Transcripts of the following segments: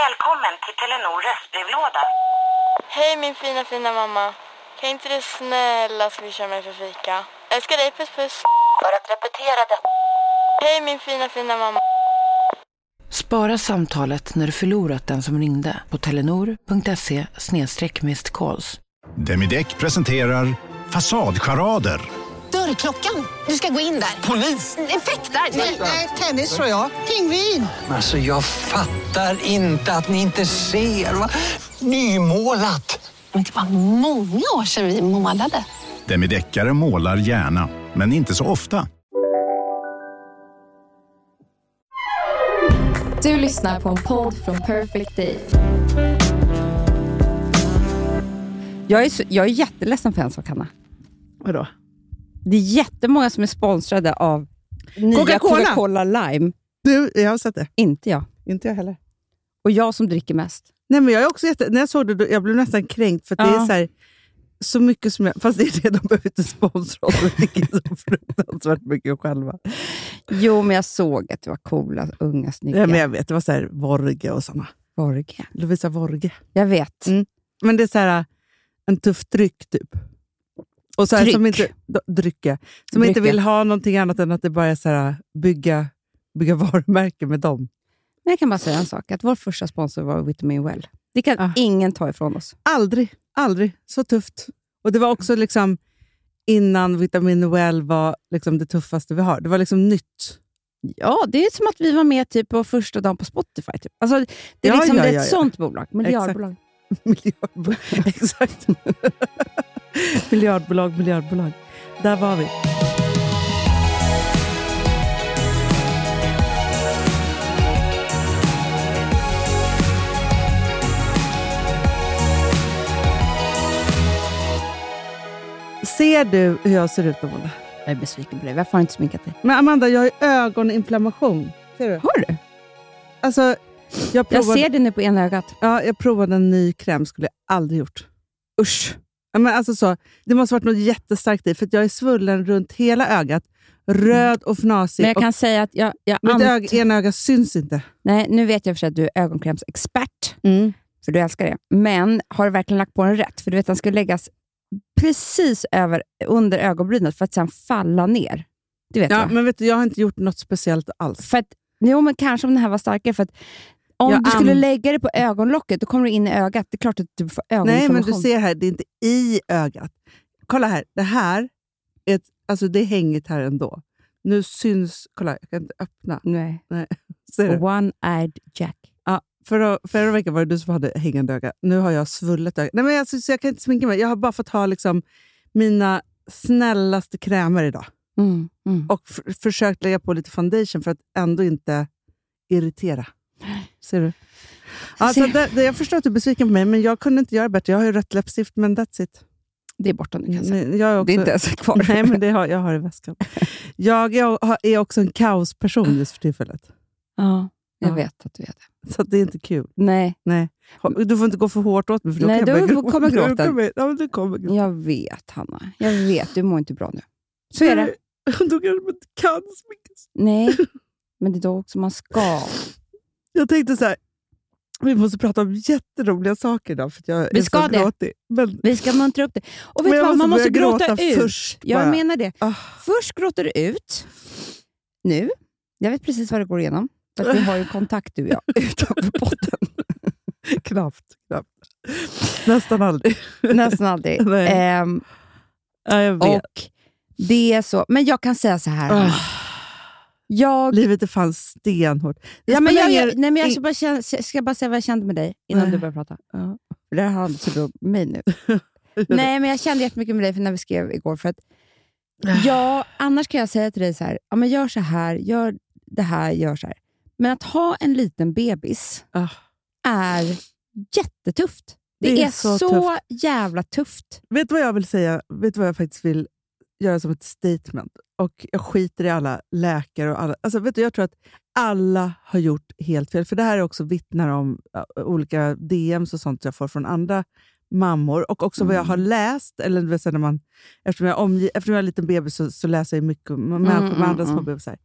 Välkommen till Telenor röstbrevlåda. Hej min fina fina mamma. Kan inte du snälla swisha mig för fika? Älskar dig, puss puss. För att repetera detta. Hej min fina fina mamma. Spara samtalet när du förlorat den som ringde på telenor.se calls. Demideck presenterar Fasadcharader. Dörrklockan. Du ska gå in där. Polis? Effektar? Nej, tennis tror jag. Pingvin. Alltså jag fattar inte att ni inte ser. Va? Nymålat! Men det var många år sedan vi målade. Demideckare målar gärna, men inte så ofta. Du lyssnar på en podd från Perfect Day. Jag är, så, jag är jätteledsen för en sak, Hanna. Vadå? Det är jättemånga som är sponsrade av nya Coca-Cola. Coca-Cola Lime. Du, jag har sett det. Inte jag. Inte jag heller. Och jag som dricker mest. Nej, men jag är också jätte... När jag såg det, då- jag blev nästan kränkt. För att det Ja. är så, här, så mycket som jag... Fast det är det, de behöver inte sponsra oss. Vi dricker så fruktansvärt mycket själva. Jo, men jag såg att det var coola, unga, snygga. Ja, men jag vet, det var så här Vorge och såna. Borge. Lovisa Vorge. Jag vet. Mm. Men det är så här, en tuff dryck, typ. Och så här, Tryck. Som inte, d- drycka. Som inte Drycka. vill ha någonting annat än att det bara är så här, bygga, bygga varumärken med dem. Men jag kan bara säga en sak. Att vår första sponsor var Vitamin Well. Det kan Ah. ingen ta ifrån oss. Aldrig, aldrig. Så tufft. Och det var också liksom innan Vitamin Well var liksom det tuffaste vi har. Det var liksom nytt. Ja, det är som att vi var med typ på första dagen på Spotify. Typ. Alltså, det är Ja, liksom ja, det är ett ja, ja. sånt bolag. Miljardbolag. Miljardbolag. Exakt. miljardbolag, miljardbolag. Där var vi. Ser du hur jag ser ut, Amanda? Jag är besviken på dig. Varför har du inte sminkat dig? Men Amanda, jag har ju ögoninflammation. Ser du? Har du? Alltså, jag Jag provade, ser det nu på ena ögat. ja, jag provade en ny kräm, skulle jag aldrig gjort. Usch! Ja, men alltså så, det måste varit något jättestarkt i, för att jag är svullen runt hela ögat. Röd och fnasig. Men jag kan säga att jag... jag och mitt ant- öga, ena öga syns inte. Nej, nu vet jag för sig att du är ögonkrämsexpert, Mm. för du älskar det. Men har du verkligen lagt på den rätt? För du vet, den ska läggas precis över, under ögonbrynet för att sen falla ner. Det vet Ja, jag. men vet du, jag har inte gjort något speciellt alls. För att, jo, men kanske om den här var starkare. För att om Jag du skulle an- lägga det på ögonlocket, då kommer du in i ögat. Det är klart att du får Nej, ögoninflammation. men du ser här, det är inte i ögat. Kolla här, det här är ett, alltså det är hängigt här ändå. Nu syns... Kolla, jag kan inte öppna. Nej. Ser du? One-eyed Jack. Ja, förra, förra veckan var det du som hade hängande öga. Nu har jag svullet öga. Nej, men alltså, så jag kan inte sminka mig. Jag har bara fått ha liksom, mina snällaste krämer idag. Mm, mm. Och f- försökt lägga på lite foundation för att ändå inte irritera. Ser du? Alltså, ser. det, det, jag förstår att du är besviken på mig, men jag kunde inte göra bättre. Jag har ju rött läppstift, men that's it. Det är borta nu kan jag säga. Nej, Jag är, också, Det är inte ens kvar. Nej, men det har, jag har i väskan. Jag, jag har- är också en kaosperson just för tillfället. Ja, jag Ja. vet att du vet det. Så att det är inte kul. Nej, Nej. Du får inte gå för hårt åt mig, för då Nej, kan jag då börja kommer gråta. gråten. Du kommer, ja, men du kommer gråta. jag vet Hanna. Jag vet, du mår inte bra nu. Så är det. Då kanske man inte kan sminkas. Nej, men det är då också man ska. Jag tänkte så här, vi måste prata om jätteroliga saker idag, för att jag Vi är ska så det. gråtig. Men, Vi ska muntra upp det. Och vet men du jag vad, man måste börja gråta, ut. först. jag bara. menar det. Ah. Först gråter du ut. Nu. Jag vet precis vad det går igenom. För att vi har ju kontakt du och jag utanför botten. knappt, knappt. Nästan aldrig. Nästan aldrig. Nej. Ehm, Ja, jag vet. och det är så. Men jag kan säga så här. Hanna. Ah, Jag livet är fan stenhårt. Det Ja, men spelar jag, ingen- jag, nej, men jag i- ska bara, känna, ska bara säga vad jag kände med dig innan Nej. du började prata. Ja. För det här handlar inte så bra om mig nu. nej, men jag kände jättemycket med dig för när vi skrev igår. För att, ja, annars kan jag säga till dig så här, ja, men gör så här, gör det här, gör så här. Men att ha en liten bebis Ah. är jättetufft. Det, är, så, jävla tufft. Vet du vad jag vill säga? Vet du vad jag faktiskt vill göra som ett statement? Och Jag skiter i alla läkare och alla... Alltså, vet du, jag tror att alla har gjort helt fel. För Det här är också vittnar om äh, olika DMs och sånt jag får från andra mammor. Och också vad Mm. jag har läst. Eller, du vet, så här när man, eftersom, jag omge, eftersom jag är en liten bebis så, så läser jag mycket om människor med mm, andra små mm. bebisar.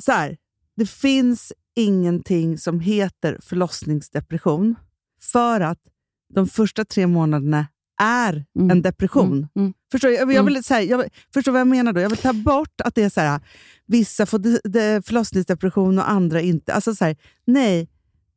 Så här, Det finns ingenting som heter förlossningsdepression för att de första tre månaderna är Mm. en depression. Mm, mm. Förstår, jag, jag, vill, så här, jag vill- förstår vad jag menar då? Jag vill ta bort att det är så här, vissa får de, de, förlossningsdepression och andra inte. Alltså så här, nej.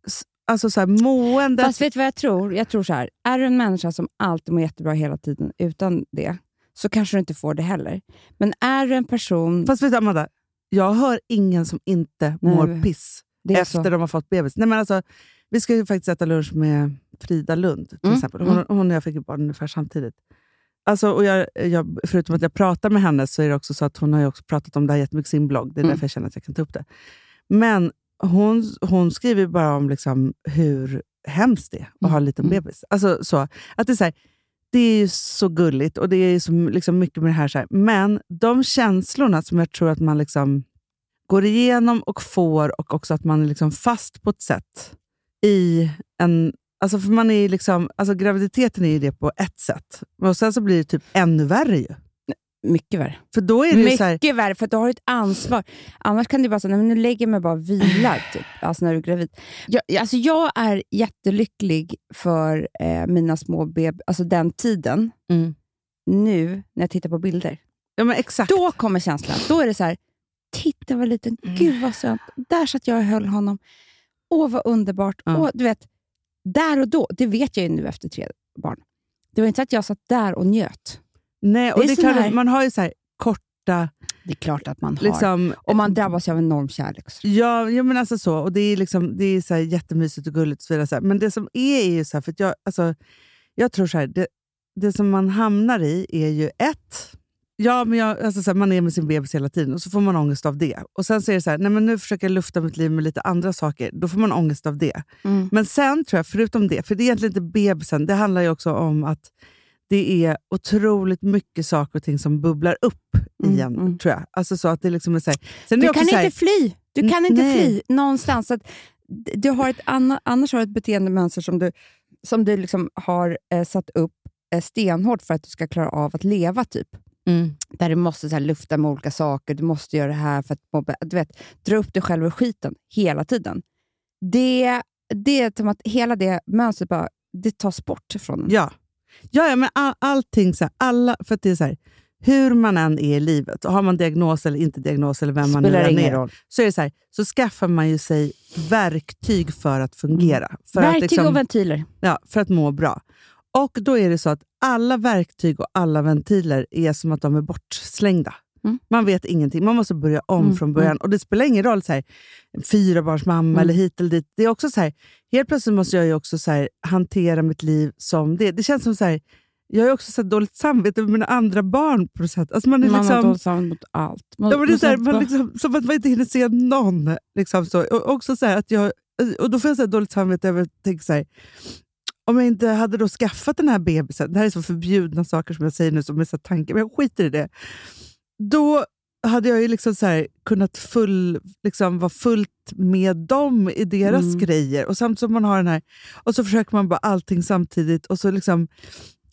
S- Alltså så här, måendet... Fast vet du vad jag tror? Jag tror så här. Är du en människa som alltid mår jättebra hela tiden utan det, så kanske du inte får det heller. Men är du en person... Fast vet du, Amanda, jag hör ingen som inte Nej, mår men- piss det är efter så. de har fått bebis. Nej, men alltså, vi ska ju faktiskt äta lunch med Frida Lund, till Mm, exempel. Hon, hon och jag fick ju barn ungefär samtidigt. Alltså, och jag, jag, förutom att jag pratar med henne så är det också så att hon har ju också pratat om det här jättemycket i sin blogg. Det är Mm. därför jag känner att jag kan ta upp det. Men hon, hon skriver ju bara om liksom hur hemskt det är att ha en liten Mm. bebis. Alltså, så, att det, är så här, det är ju så gulligt och det är ju så liksom, mycket med det här, så här. Men de känslorna som jag tror att man liksom går igenom och får och också att man är liksom fast på ett sätt i en... Alltså för man är ju liksom, alltså graviditeten är ju det på ett sätt. Och sen så blir det typ ännu värre ju. Mycket värre. För då är det ju så här, Mycket värre, för att du har ett ansvar. Annars kan det vara så nej, men nu lägger jag mig bara och vilar, typ. alltså när du är gravid. Jag, jag- alltså jag är jättelycklig för eh, mina små beb... Alltså den tiden. Mm. Nu, när jag tittar på bilder. ja men exakt. Då kommer känslan. Då är det så här, titta vad liten, Mm. gud vad söt. Där satt jag och höll honom. Åh, vad underbart. Ja. Åh, du vet, där och då, det vet jag ju nu efter tre barn. Det var inte så att jag satt där och njöt. Nej, och Det är det är sån klart här- att man har ju så här korta... Det är klart att man har. Liksom, Och man drabbas ju av enorm kärlek. också. Ja, ja men alltså så. Och det är, liksom, det är så här jättemysigt och gulligt. Och så vidare, så här. Men det som är, är ju så här, för att jag, alltså, jag tror så här, det, det som man hamnar i är ju ett, ja, men jag, alltså så här, man är med sin bebis hela tiden och så får man ångest av det. Och sen så är det så här, nej men nu försöker jag lufta mitt liv med lite andra saker. Då får man ångest av det. Mm. Men sen tror jag, förutom det, för det är egentligen inte bebisen, det handlar ju också om att det är otroligt mycket saker och ting som bubblar upp Mm, igen, mm. tror jag. Alltså så att det liksom är så här, sen är Du det också kan så här, inte fly. Du kan N- inte nej. fly någonstans. Så Att d- du har ett anna, annars har du ett beteendemönster som du, som du liksom har eh, satt upp eh, stenhårt för att du ska klara av att leva. typ. Mm. Där du måste så här, lufta med olika saker, du måste göra det här för att mobba, du vet, dra upp dig själv ur skiten hela tiden. Det, det är som att hela det mönstret bara, det tas bort från en. Ja, ja, ja men all, allting så här, alla, för att det är så här, hur man än är i livet, och har man diagnos eller inte diagnos eller vem man nu Spelar än ingen är, roll. så är det så här, så skaffar man ju sig verktyg för att fungera. För Verktyg att liksom- och ventiler. Ja, för att må bra. Och då är det så att alla verktyg och alla ventiler är som att de är bortslängda. Mm. Man vet ingenting. Man måste börja om Mm, från början. Och Det spelar ingen roll, så här, en fyrabarnsmamma eller hit eller dit. Det är också så här, helt plötsligt måste jag ju också så här, hantera mitt liv som det. Det känns som så här, jag har också så här dåligt samvete med mina andra barn på något sätt. Alltså man är Man har liksom, dåligt samvete mot allt. Man, ja, men det är man så här, ska inte man vara- liksom, som att man inte hinner se någon. Liksom så. Och, också så här att jag, och Då får jag så här dåligt samvete över att tänka så här, om jag inte hade då skaffat den här bebisen, det här är så förbjudna saker som jag säger nu, som är så här tankar, men jag skiter i det. Då hade jag ju liksom så här kunnat full, liksom vara fullt med dem i deras Mm. grejer. Och samtidigt som man har den här, och så försöker man bara allting samtidigt. Och så liksom,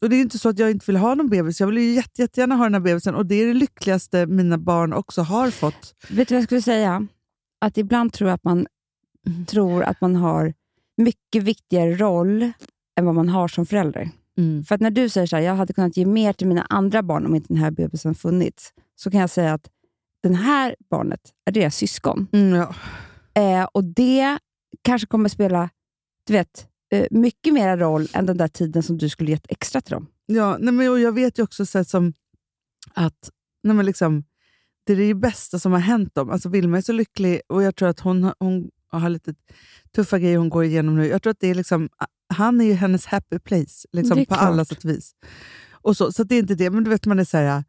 och Det är ju inte så att jag inte vill ha någon bebis. Jag vill ju jätte, jättegärna ha den här bebisen och det är det lyckligaste mina barn också har fått. Vet du vad jag skulle säga? Att ibland tror jag att man tror att man har mycket viktigare roll än vad man har som förälder. Mm. För att när du säger så här, jag hade kunnat ge mer till mina andra barn om inte den här bebisen funnits, så kan jag säga att den här barnet är deras syskon. ja. Eh, och det kanske kommer spela du vet, eh, mycket mer roll än den där tiden som du skulle gett extra till dem. Ja, nej men, och jag vet ju också så här, som att nej men, liksom, det är det bästa som har hänt dem. Alltså, Vilma är så lycklig och jag tror att hon, hon har lite tuffa grejer hon går igenom nu. Jag tror att det är liksom, han är ju hennes happy place liksom, Det är på alla klart. sätt och vis. Och så, så att det är inte det, men du vet man är så här...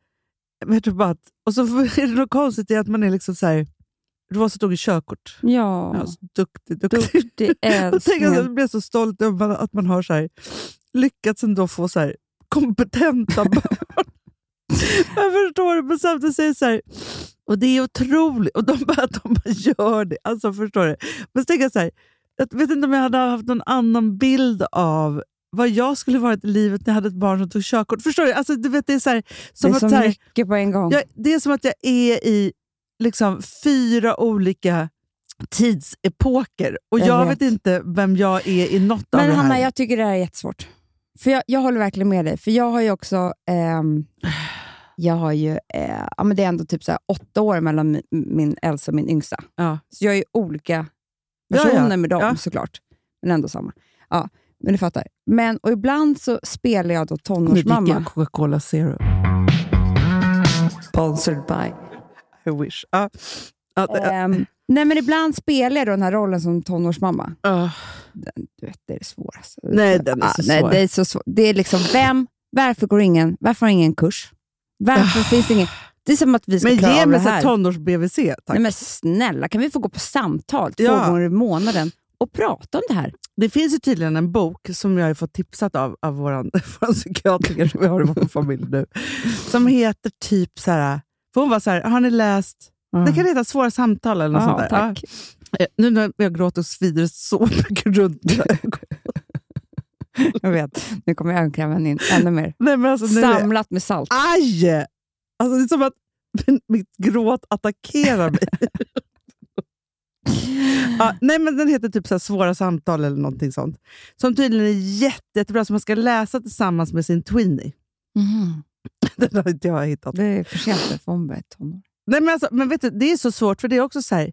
Men jag tror bara att, och så är det något konstigt i att man är liksom så här... Det var så tog i körkort. Ja, Ja, så duktig, duktig. duktig Jag, tänker att älskling. jag blir så stolt över man- att man har så här, lyckats ändå få så här, kompetenta barn. jag förstår det, men samtidigt säger jag så här, och det är otroligt. Och de bara, de bara gör det. Alltså, förstår du? Men så tänker jag så här, jag vet inte om jag hade haft någon annan bild av vad jag skulle varit i livet när jag hade ett barn som tog körkort. Förstår du? Alltså, du vet, det är så här, Det som är att så så här, mycket på en gång. jag, det är som att jag är i liksom fyra olika tidsepoker. Och Jag jag, vet. vet. inte vem jag är i något av Men det här. Hanna, jag tycker det här är jättesvårt. För jag, jag håller verkligen med dig. För jag har ju också... ehm, jag har ju... eh, ja, men det är ändå typ så här åtta år mellan min, min äldsta och min yngsta. Ja. Så jag är ju olika Ja, personer ja. med dem Ja. såklart. Men ändå samma. Ja, men du fattar. Men, och ibland så spelar jag Nu då dricker jag tonårsmamma. Coca-Cola Zero. Sponsored by. I wish. Ja. Ja, det, Ehm, nej, men ibland spelar jag då den här rollen som tonårsmamma. ja. Du vet, det är det svåraste. Nej, den är Ah, så nej, svår. Det är, så svår. Det är liksom, vem, varför går ingen, varför har ingen kurs? Varför finns det ingen? Det är som att vi ska Ah. Men klara ge av det mig så här här. Mm. tonårs-BVC, tack. nej, men snälla, kan vi få gå på samtal två Ja. gånger i månaden och prata om det här? Det finns ju tydligen en bok som jag har fått tipsat av, av vår våran psykiatriker som vi har i vår familj nu. Som heter typ så här... För hon var så här, har ni läst... Ah, Det kan heta Svåra samtal eller något sånt där. Mm. tack. Ja. Eh, Nu när jag gråter så svider det så mycket runt mina ögon. Jag vet, nu kommer ögonkrämen in ännu mer. Nej, men alltså, nu Ah. är det, Samlat med salt. aj! Alltså, det är som att min, mitt gråt attackerar mig. Ja, nej, men den heter typ så här Svåra samtal eller någonting sånt. Som tydligen är jätte, jättebra, som man ska läsa tillsammans med sin tweenie. Mhm. Den har inte jag hittat. Det är för sent nu, för hon börjar i tonår. Nej, men alltså, men vet du, det är så svårt, för det är också så här,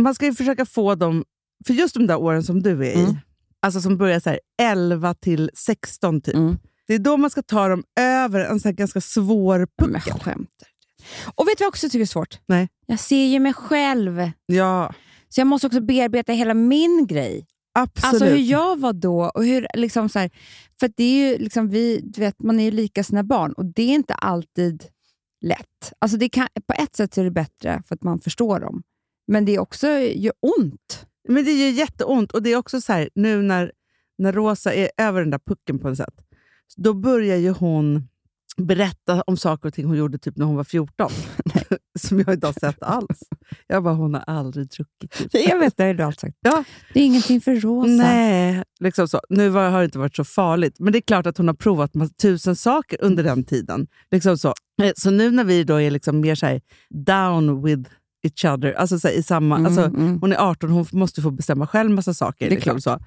man ska ju försöka få dem, för just de där åren som du är i, Mm. alltså som börjar så här 11 till 16 typ, Mm. det är då man ska ta dem över en så här ganska svår Men puckel. jag skämtar. Och vet du vad jag också tycker är svårt? Nej. Jag ser ju mig själv. Ja, Så jag måste också bearbeta hela min grej. absolut. Alltså hur jag var då. Och hur, liksom så här, för att det är ju liksom vi, du vet, man är ju lika sina barn och det är inte alltid lätt. Alltså det kan, på ett sätt så är det bättre för att man förstår dem. Men det är också ju ont. Men det gör jätteont, och det är också så här, nu när, när Rosa är över den där pucken på något sätt, då börjar ju hon berätta om saker och ting hon gjorde typ när hon var 14, som jag inte har sett alls. Jag bara, hon har aldrig druckit. Typ. det har du alltid sagt. Ja. Det är ingenting för Rosa. Nej, liksom så. nu var- har det inte varit så farligt. Men det är klart att hon har provat massa- tusen saker under den tiden. Liksom så. Eh, så nu när vi då är liksom mer så här, down with each other, alltså så här, i samma... Mm, alltså, mm. hon är 18, hon f- måste ju få bestämma själv massa saker. Det är liksom så.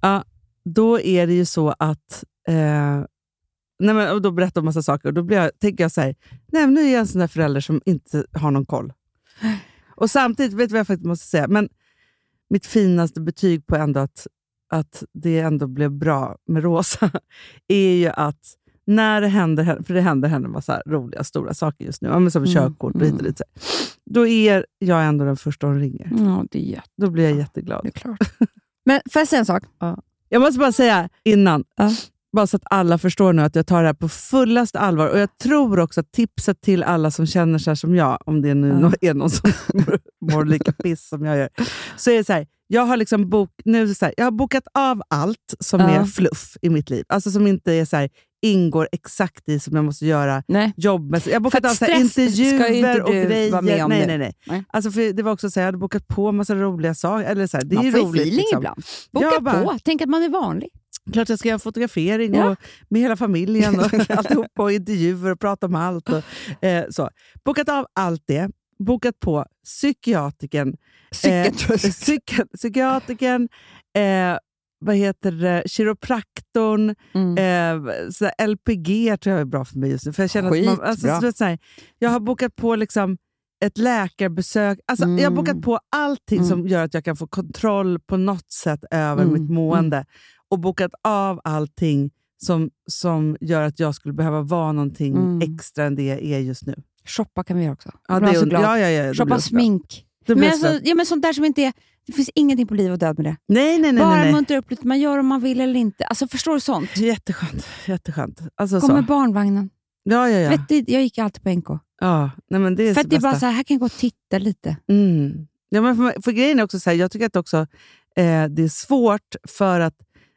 Ja, då är det ju så att... Eh, nej men, och då berättar hon massa saker och då blir jag, tänker jag så här, nej men nu är jag en sån där förälder som inte har någon koll. Och samtidigt, vet du vad jag faktiskt måste säga? Men mitt finaste betyg på ändå att, att det ändå blev bra med Rosa är ju att när det händer henne, för det händer henne massa roliga stora saker just nu, ja, men som körkort och hit och dit, så här. då är jag ändå den första hon ringer. Ja, det är jätte- Då blir jag det jätteglad. är klart. Men får jag säga en sak? Jag måste bara säga innan, bara så att alla förstår nu att jag tar det här på fullaste allvar. Och Jag tror också att tipset till alla som känner sig som jag, om det nu nå- är någon som mår lika piss som jag gör, så är det så här, jag har liksom bok, nu är det så här, jag har bokat av allt som Ja. är fluff i mitt liv. Alltså som inte är så här, ingår exakt i som jag måste göra Nej. jobbmässigt. Jag har För bokat att av så här, stress ska ju inte intervjuer och du grejer. vara med om nej, nu. nej, nej. Nej. Alltså för det var också så här, jag hade bokat på massa roliga saker. Eller så här, det är man ju får ju roligt, feeling liksom. ibland. Boka Jag bara- på. Tänk att man är vanlig. Klart jag ska göra fotografering Ja. och med hela familjen och alltihop och intervjuer och prata om allt. Och, eh, så. Bokat av allt det. Bokat på psykiatriken. Eh, psyk- psykiatriken, eh, vad heter det, kiropraktorn, Mm. eh, så här LPG tror jag är bra för mig just nu. För jag, känner att man, alltså, Skitbra. så vet, så här, jag har bokat på liksom ett läkarbesök. Alltså, Jag har bokat Mm. på allting som gör att jag kan få kontroll på något sätt över Mm, mitt mående. Och bokat av allting som, som gör att jag skulle behöva vara någonting Mm. extra än det jag är just nu. Shoppa kan vi göra också. Ja, Jag blir det, så und- glad. ja, ja, ja, det blir Shoppa underbart. smink. Det blir Men, underbart. alltså, ja, men sånt där som inte är... Det finns ingenting på liv och död med det. nej, nej, nej. Bara nej, nej. muntra upp lite. Man gör om man vill eller inte. Alltså, förstår du sånt? Jätteskönt. jätteskönt. Alltså, Kommer så. barnvagnen. Ja, ja, ja. Vet du, jag gick alltid på NK. ja nej, men det är För det att det är bara bästa. så här, här kan jag gå och titta lite. Mm. Ja, men för, för grejen är också så här, jag tycker att också, eh, det är svårt för att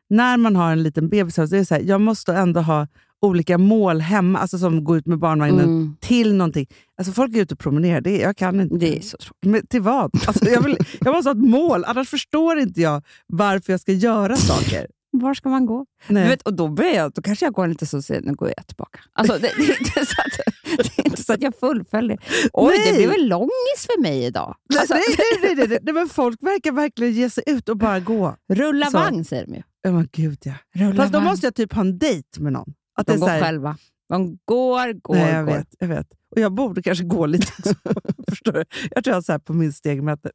när man har en liten bebis, så är det så här, jag måste ändå ha olika mål hemma, alltså som går ut med barnvagnen Mm. Mm. till någonting. Alltså folk är ute och promenerar, det, jag kan inte. Det är så tråkigt. Men till vad? Alltså jag, vill, jag måste ha ett mål, annars förstår inte jag varför jag ska göra saker. Var ska man gå? Du Nej. vet, och då, börjar jag, då kanske jag går lite så och säger, nu går jag tillbaka. Alltså, det, det, är inte så att, det är inte så att jag fullföljer. Oj, Nej. det blev en långis för mig idag. Nej, Alltså, nej, nej, nej, nej, nej, nej, men folk verkar verkligen ge sig ut och bara gå. rulla Så. vagn säger de ju. Ja, men gud ja. Rulla Fast då vagn. måste jag typ ha en dejt med någon. Att det de är går så här- själva. De går, går, Nej, jag går. vet, jag vet. Och jag borde kanske gå lite också. Förstår du? Jag tror jag har så här på min stegmätare,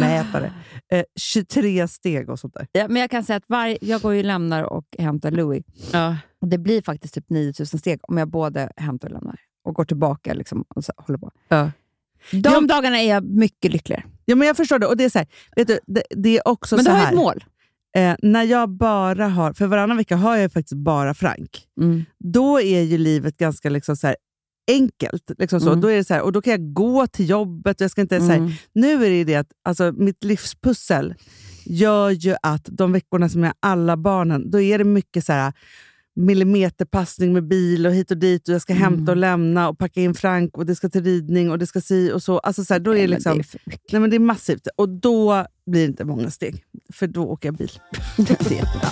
mätare, eh, 23 steg och sånt där. Ja, men jag kan säga att varje, jag går ju och lämnar och hämtar Louis. Och det blir faktiskt typ 9000 steg om jag både hämtar och lämnar och går tillbaka liksom och så, håller på. Ja. De Ja. dagarna är jag mycket lyckligare. Ja, men jag förstår det. Och det är så här, vet du, det, det är också Men så du har här. ett mål. Eh, när jag bara har, för varannan vecka har jag faktiskt bara Frank. Då är ju livet ganska liksom så här enkelt. Liksom så. Mm. Då är det så här, och då kan jag gå till jobbet. och Jag ska inte, så här, Mm. nu är det ju det att alltså, mitt livspussel gör ju att de veckorna som jag har alla barnen, då är det mycket så här millimeterpassning med bil och hit och dit och jag ska hämta och Mm. lämna och packa in Frank och det ska till ridning och det ska si och så. Alltså så här, då är Nej, det men liksom... det är för mycket. Nej, men det är massivt. Och då blir det inte många steg, för då åker jag bil. det är jättebra.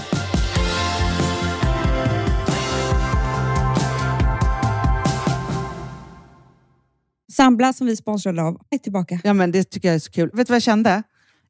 Sambla som vi sponsrade av är tillbaka. Ja, men det tycker jag är så kul. Vet du vad jag kände?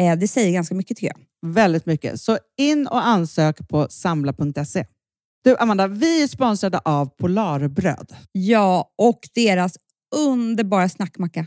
Eh, det säger ganska mycket tycker jag. Väldigt mycket. Så in och ansök på samla.se. Du Amanda, vi är sponsrade av Polarbröd. Alltså, Ja, och deras underbara snackmacka.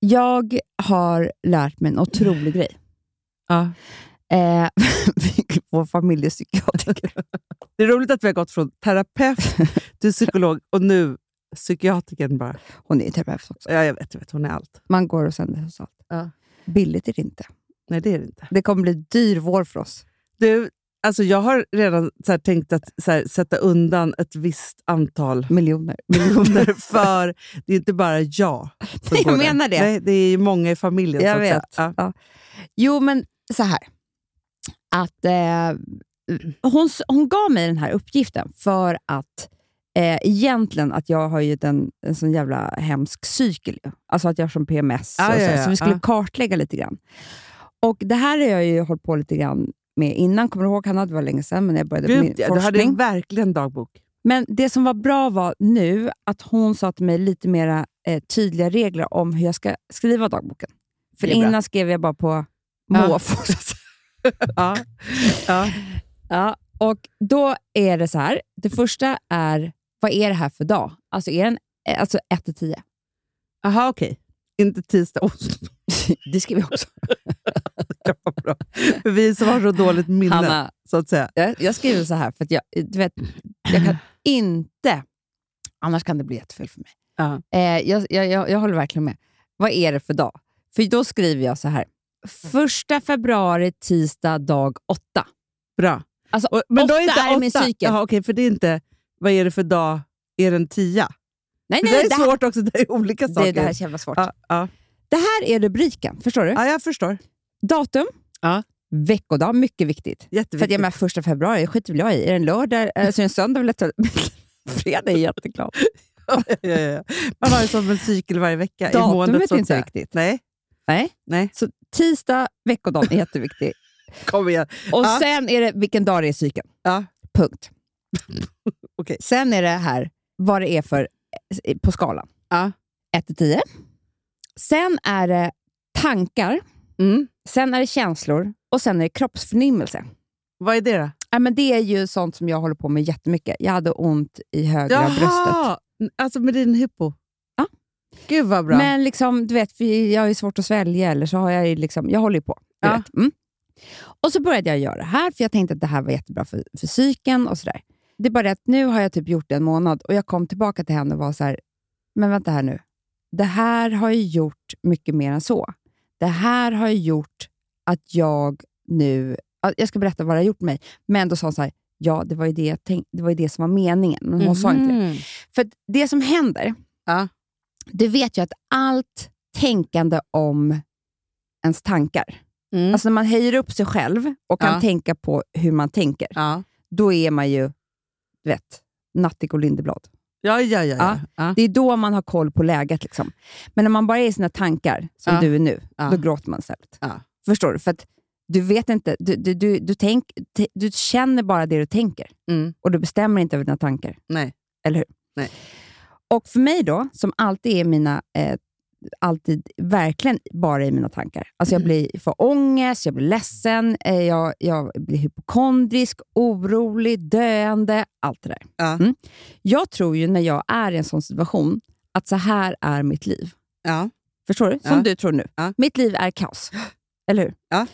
Jag har lärt mig en otrolig grej. Ja. Eh, vår familjepsykiatriker. Det är roligt att vi har gått från terapeut till psykolog och nu psykiatrikern bara. Hon är ju terapeut också. Ja, jag vet, jag vet. Hon är allt. Man går och sänder hos allt. Ja. Billigt är det inte. Nej, det är det inte. Det kommer bli dyr vår för oss. Du, alltså jag har redan så här, tänkt att så här, sätta undan ett visst antal Miljoner. miljoner för det är inte bara jag som Nej, jag går där. menar det. Nej, det är ju många i familjen. Jag så att säga. vet. Ja. Ja. Jo, men så här. Att, eh, hon, s- hon gav mig den här uppgiften för att eh, egentligen att jag har ju den, en sån jävla hemsk cykel. ju. Alltså att jag har som PMS. Ja, och så, ja, här, ja, så vi skulle ja. kartlägga lite grann. Och Det här har jag ju hållit på lite grann med innan. Kommer du ihåg Hanna? Det var länge sedan, men jag började Gud, min ja, du forskning. hade verkligen dagbok. Men det som var bra var nu att hon sa till mig lite mera eh, tydliga regler om hur jag ska skriva dagboken. För Det är bra. innan skrev jag bara på Ja. måfå. så att säga. Ja. Ja. Ja, och då är det så här. Det första är, vad är det här för dag? Alltså, är den, eh, alltså 1 till 10. Jaha, okej. Inte tisdag, onsdag. det skriver jag också. det kan vara bra. För vi som har så dåligt minne, Hanna, så att säga. Jag, jag skriver så här, för att jag, du vet, jag kan inte... Annars kan det bli jättefel för mig. Eh, jag, jag, jag, jag håller verkligen med. Vad är det för dag? För då skriver jag så här. Första februari, tisdag, dag åtta. Bra. Alltså, Och- Men åtta då är, inte är min åtta. cykel. Jaha, okej, för det är inte, vad är det för dag? Är den tia? Nej, det nej, där är det här- svårt också, det är olika saker. Det, det här är så jävla svårt. Ja, ja. Det här är rubriken, förstår du? Ja, jag förstår. Datum, ja. veckodag, mycket viktigt. Jätteviktigt. För att jag menar, första februari, skiter väl jag i. Är det en lördag, alltså är det en söndag? Vill jag ta... Fredag är jätteglad. ja, ja, ja. Man har ju som en cykel varje vecka i månadet. Datumet så är att inte säga. viktigt. Nej. Nej. Nej. Så tisdag, veckodagen är jätteviktig. Kom igen. Och Ja. sen är det vilken dag det är i cykeln. Ja. Punkt. Okej. Sen är det här vad det är för eh, på skalan. Ja. 1 till 10. Sen är det tankar. Mm. Sen är det känslor. Och sen är det kroppsförnimmelse. Vad är det då? Ja, men det är ju sånt som jag håller på med jättemycket. Jag hade ont i högra bröstet. Alltså med din hypo? Ja. Gud vad bra. Men liksom, du vet, för jag har ju svårt att svälja, eller så har jag ju liksom, jag håller ju på. Du Ja. vet. Mm. Och så började jag göra det här, för jag tänkte att det här var jättebra för, för psyken och sådär. Det är bara det att nu har jag typ gjort det en månad och jag kom tillbaka till henne och var så här, men vänta här nu. Det här har ju gjort mycket mer än så. Det här har ju gjort att jag nu, ja, jag ska berätta vad det har gjort med mig, men då sa hon så här, ja det var ju det, jag tänk, det, var ju det som var meningen, men hon sa inte det. Mhm. För att det som händer, du vet ju att allt tänkande om ens tankar, alltså när man höjer upp sig själv och kan Mm. Ja. tänka på hur man tänker, Ja. då är man ju, du vet, Natthik och Lindeblad. Ja, ja, ja. ja. Ja. Det är då man har koll på läget. Liksom. Men när man bara är i sina tankar, som Ja. du är nu, Ja. då gråter man istället. Ja. Förstår du? För att du vet inte, du, du, du, du, tänk, te- du känner bara det du tänker Mm. och du bestämmer inte över dina tankar. Nej. Eller hur? Nej. Och för mig då, som alltid är mina, eh, alltid verkligen bara i mina tankar. Alltså Mm. jag blir för ångest, jag blir ledsen, eh, jag, jag blir hypokondrisk, orolig, döende, allt det där. Ja. Mm. Jag tror ju när jag är i en sån situation att så här är mitt liv. Ja. Förstår du? Som Ja. du tror nu. Ja. Mitt liv är kaos. Eller hur? Ja.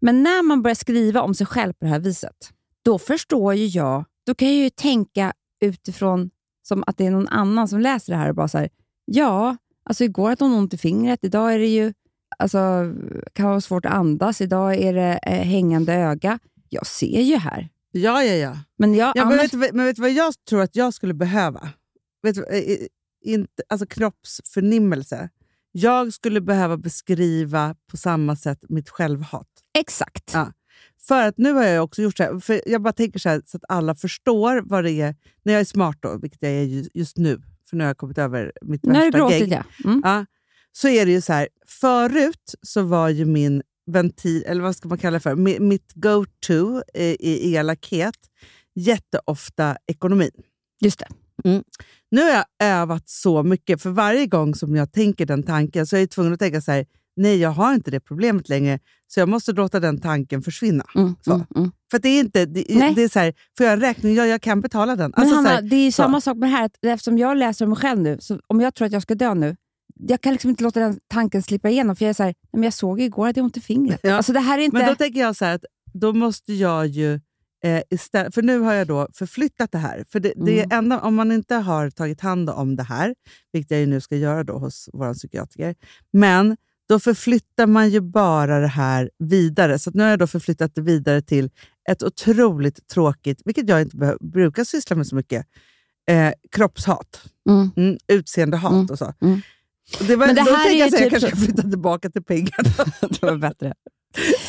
Men när man börjar skriva om sig själv på det här viset, då förstår ju jag, då kan jag ju tänka utifrån som att det är någon annan som läser det här och bara så här, ja, alltså igår hade hon ont i fingret, idag är det ju, alltså kan vara svårt att andas, idag är det eh, hängande öga. Jag ser ju här. Ja, ja, ja. Men jag, ja men, annars, vet, du vad- men vet du vad jag tror att jag skulle behöva? Vet du, eh, eh, inte, alltså kroppsförnimmelse. Jag skulle behöva beskriva på samma sätt mitt självhat. exakt. Ja. För att nu har jag också gjort så här, för jag bara tänker så här så att alla förstår vad det är, när jag är smart då, vilket jag är ju- just nu, för nu har jag kommit över mitt Nu har du värsta gråtit, gäng. ja. Mm. Ja, så är det ju så här, förut så var ju min ventil, eller vad ska man kalla det för, mi- mitt go-to i, i elakhet jätteofta ekonomin. Just det. Nu har jag övat så mycket, för varje gång som jag tänker den tanken så är jag ju tvungen att tänka så här, nej jag har inte det problemet längre, så jag måste låta den tanken försvinna. Mm, Så. mm, mm. För att det är inte, det, Nej. det är så här, får jag en räkning? Ja, jag kan betala den. Men Alltså så Hanna, här, det är ju så. samma sak med det här. Att eftersom jag läser om mig själv nu, så om jag tror att jag ska dö nu, jag kan liksom inte låta den tanken slippa igenom. För jag är så här, "Nej, men jag såg igår att jag har ont i fingret. Ja. Alltså det här är inte... Men då tänker jag så här att då måste jag ju eh, istället, för nu har jag då förflyttat det här. För det, det Mm. är enda, om man inte har tagit hand om det här, vilket jag ju nu ska göra då hos vår psykiatriker, men då förflyttar man ju bara det här vidare. Så att nu har jag då förflyttat det vidare till ett otroligt tråkigt, vilket jag inte behö- brukar syssla med så mycket, eh, kroppshat. Mm. Mm, utseendehat Mm. och så. Mm. Och Det var, Men det då här tänker är jag ju så här, jag typ kanske så- ska flytta tillbaka till pengarna. det var bättre.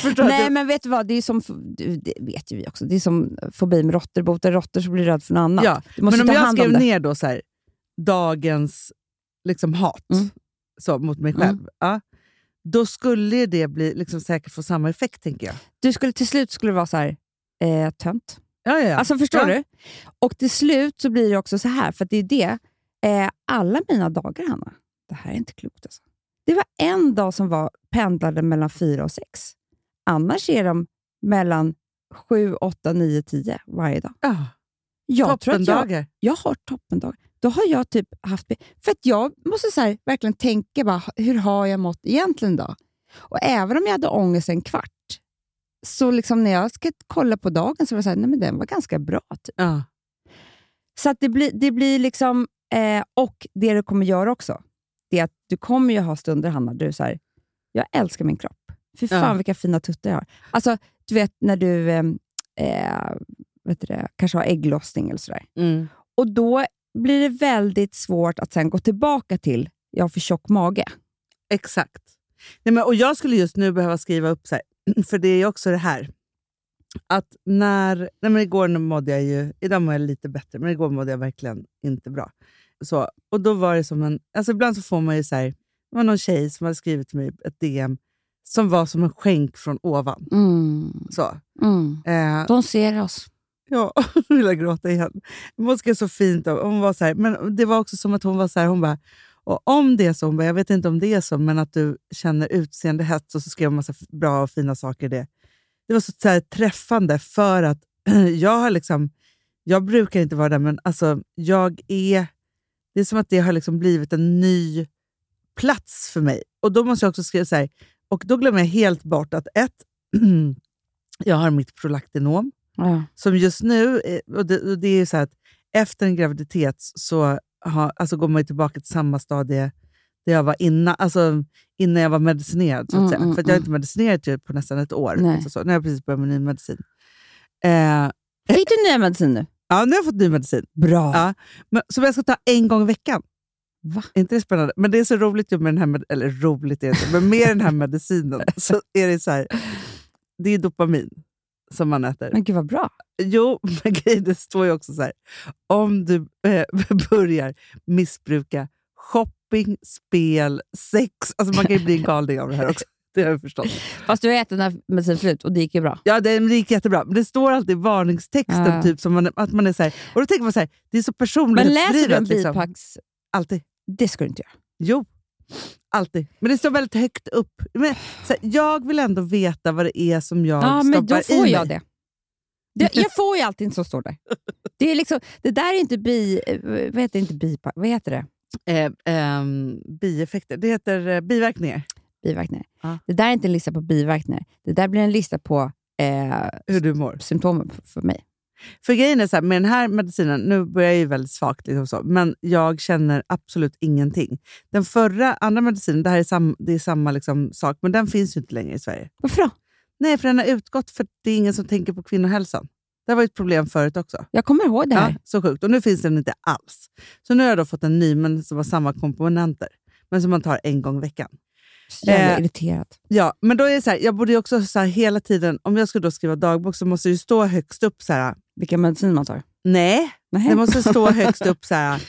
Förstår du? Nej, men vet du vad? Det är som... Det vet ju vi också. Det är som fobi med råttor. Botar råttor så blir du rädd för något annat. Ja, Du måste men ta om jag hand om skrev det. ner då så här, dagens liksom hat Mm. så, mot mig själv, ja, då skulle det bli liksom säkert få samma effekt, tänker jag. Du skulle, till slut skulle det vara så här, eh, tönt. Ja, ja, ja. Alltså förstår ja. du? Och till slut så blir det också så här, för att det är det. Eh, alla mina dagar, Hanna, det här är inte klokt. Alltså. Det var en dag som var pendlade mellan fyra och sex. Annars är de mellan sju, åtta, nio, tio varje dag. Ja. Jag tror att jag, Toppendagar. jag har toppendagar. Då har jag typ haft... För att jag måste så här, verkligen tänka, bara, hur har jag mått egentligen då? Och även om jag hade ångest en kvart, så liksom när jag ska kolla på dagen så var jag så här, nej men den var ganska bra. Typ. Ja. Så att det blir, det blir liksom... Eh, och det du kommer göra också, det är att du kommer ju ha stunder, Hanna, där du så här, jag älskar min kropp. Fy fan Ja. vilka fina tuttar jag har. Alltså, du vet när du eh, eh, vet du det, kanske har ägglossning eller sådär. Mm. Och då blir det väldigt svårt att sen gå tillbaka till jag har för tjock mage. Exakt. Nej, men, och Jag skulle just nu behöva skriva upp, så här, för det är ju också det här. Att när, nej men igår mådde jag ju, idag mår jag lite bättre, men igår mådde jag verkligen inte bra. Så, och då var det som en, alltså ibland så får man ju så här, det var någon tjej som hade skrivit till mig ett DM som var som en skänk från ovan. Så. Eh, Mm, De ser oss. Ja, nu vill jag gråta igen. Hon skrev så fint. om- Hon var så här, men det var också som att hon var så här, hon bara, och om det är så, hon bara, jag vet inte om det är så, men att du känner utseendehets och så skrev hon massa f- bra och fina saker. i Det, det var så, så här, träffande för att jag har liksom, jag brukar inte vara där, men alltså jag är, det är som att det har liksom blivit en ny plats för mig. Och då måste jag också skriva så här, och då glömmer jag helt bort att ett, jag har mitt prolaktinom Ja. som just nu, eh, och det, och det är ju så här att efter en graviditet så har, alltså går man ju tillbaka till samma stadie där jag var innan, alltså innan jag var medicinerad. Så att Mm, säga. mm, För att jag har mm. inte medicinerat ju på nästan ett år. Nej. Alltså, så, när jag precis började med ny medicin. Eh, Fick du nya medicin nu? ja, nu har jag fått ny medicin. Bra. Ja. Men, som jag ska ta en gång i veckan. Va? Är inte det spännande? Men det är så roligt ju med den här, med, eller roligt är det inte, men med den här medicinen så är det så här, det är dopamin som man äter. Men gud vad bra. Jo, men grejen, det står ju också så här. Om du eh, börjar missbruka shopping, spel, sex. Alltså man kan ju bli en galning av det här också. Det har jag förstått. Fast du har ätit den här medicinen förut och det gick ju bra. Ja, det, det gick jättebra. Men det står alltid i varningstexten Ah. typ, som man, att man är så här. Och då tänker man så här, det är så Men läser du personlighetsdrivet. en Liksom. bipacks... Alltid. Det ska du inte göra. Jo, alltid. Men det står väldigt högt upp. Men, så här, jag vill ändå veta vad det är som jag Ja, stoppar men då i får mig. jag det. det. Jag får ju allting som står där. Det, är liksom, det där är inte bi... eh, Vad heter det? Inte bipa, vad heter det? Eh, ehm, bieffekter. Det heter eh, biverkningar. Biverkningar. Ja. Det där är inte en lista på biverkningar. Det där blir en lista på eh, Hur du mår. symptomen f- för mig. För grejen är så här, med den här medicinen, nu börjar jag ju väldigt svagt, liksom så, men jag känner absolut ingenting. Den förra, andra medicinen, det här är, sam, det är samma liksom sak, men den finns ju inte längre i Sverige. Varför då? Nej, för den har utgått för att det är ingen som tänker på kvinnohälsan. Det har varit ett problem förut också. Jag kommer ihåg det här. Ja, så sjukt. Och nu finns den inte alls. Så nu har jag då fått en ny, men som har samma komponenter. Men som man tar en gång i veckan. Så jävla Eh, irriterad. Ja, men då är det så här, jag borde ju också så här, hela tiden, om jag skulle då skriva dagbok så måste det ju stå högst upp så här, Vilka mediciner man tar. nej, Nej. Det måste stå högst upp. Så här.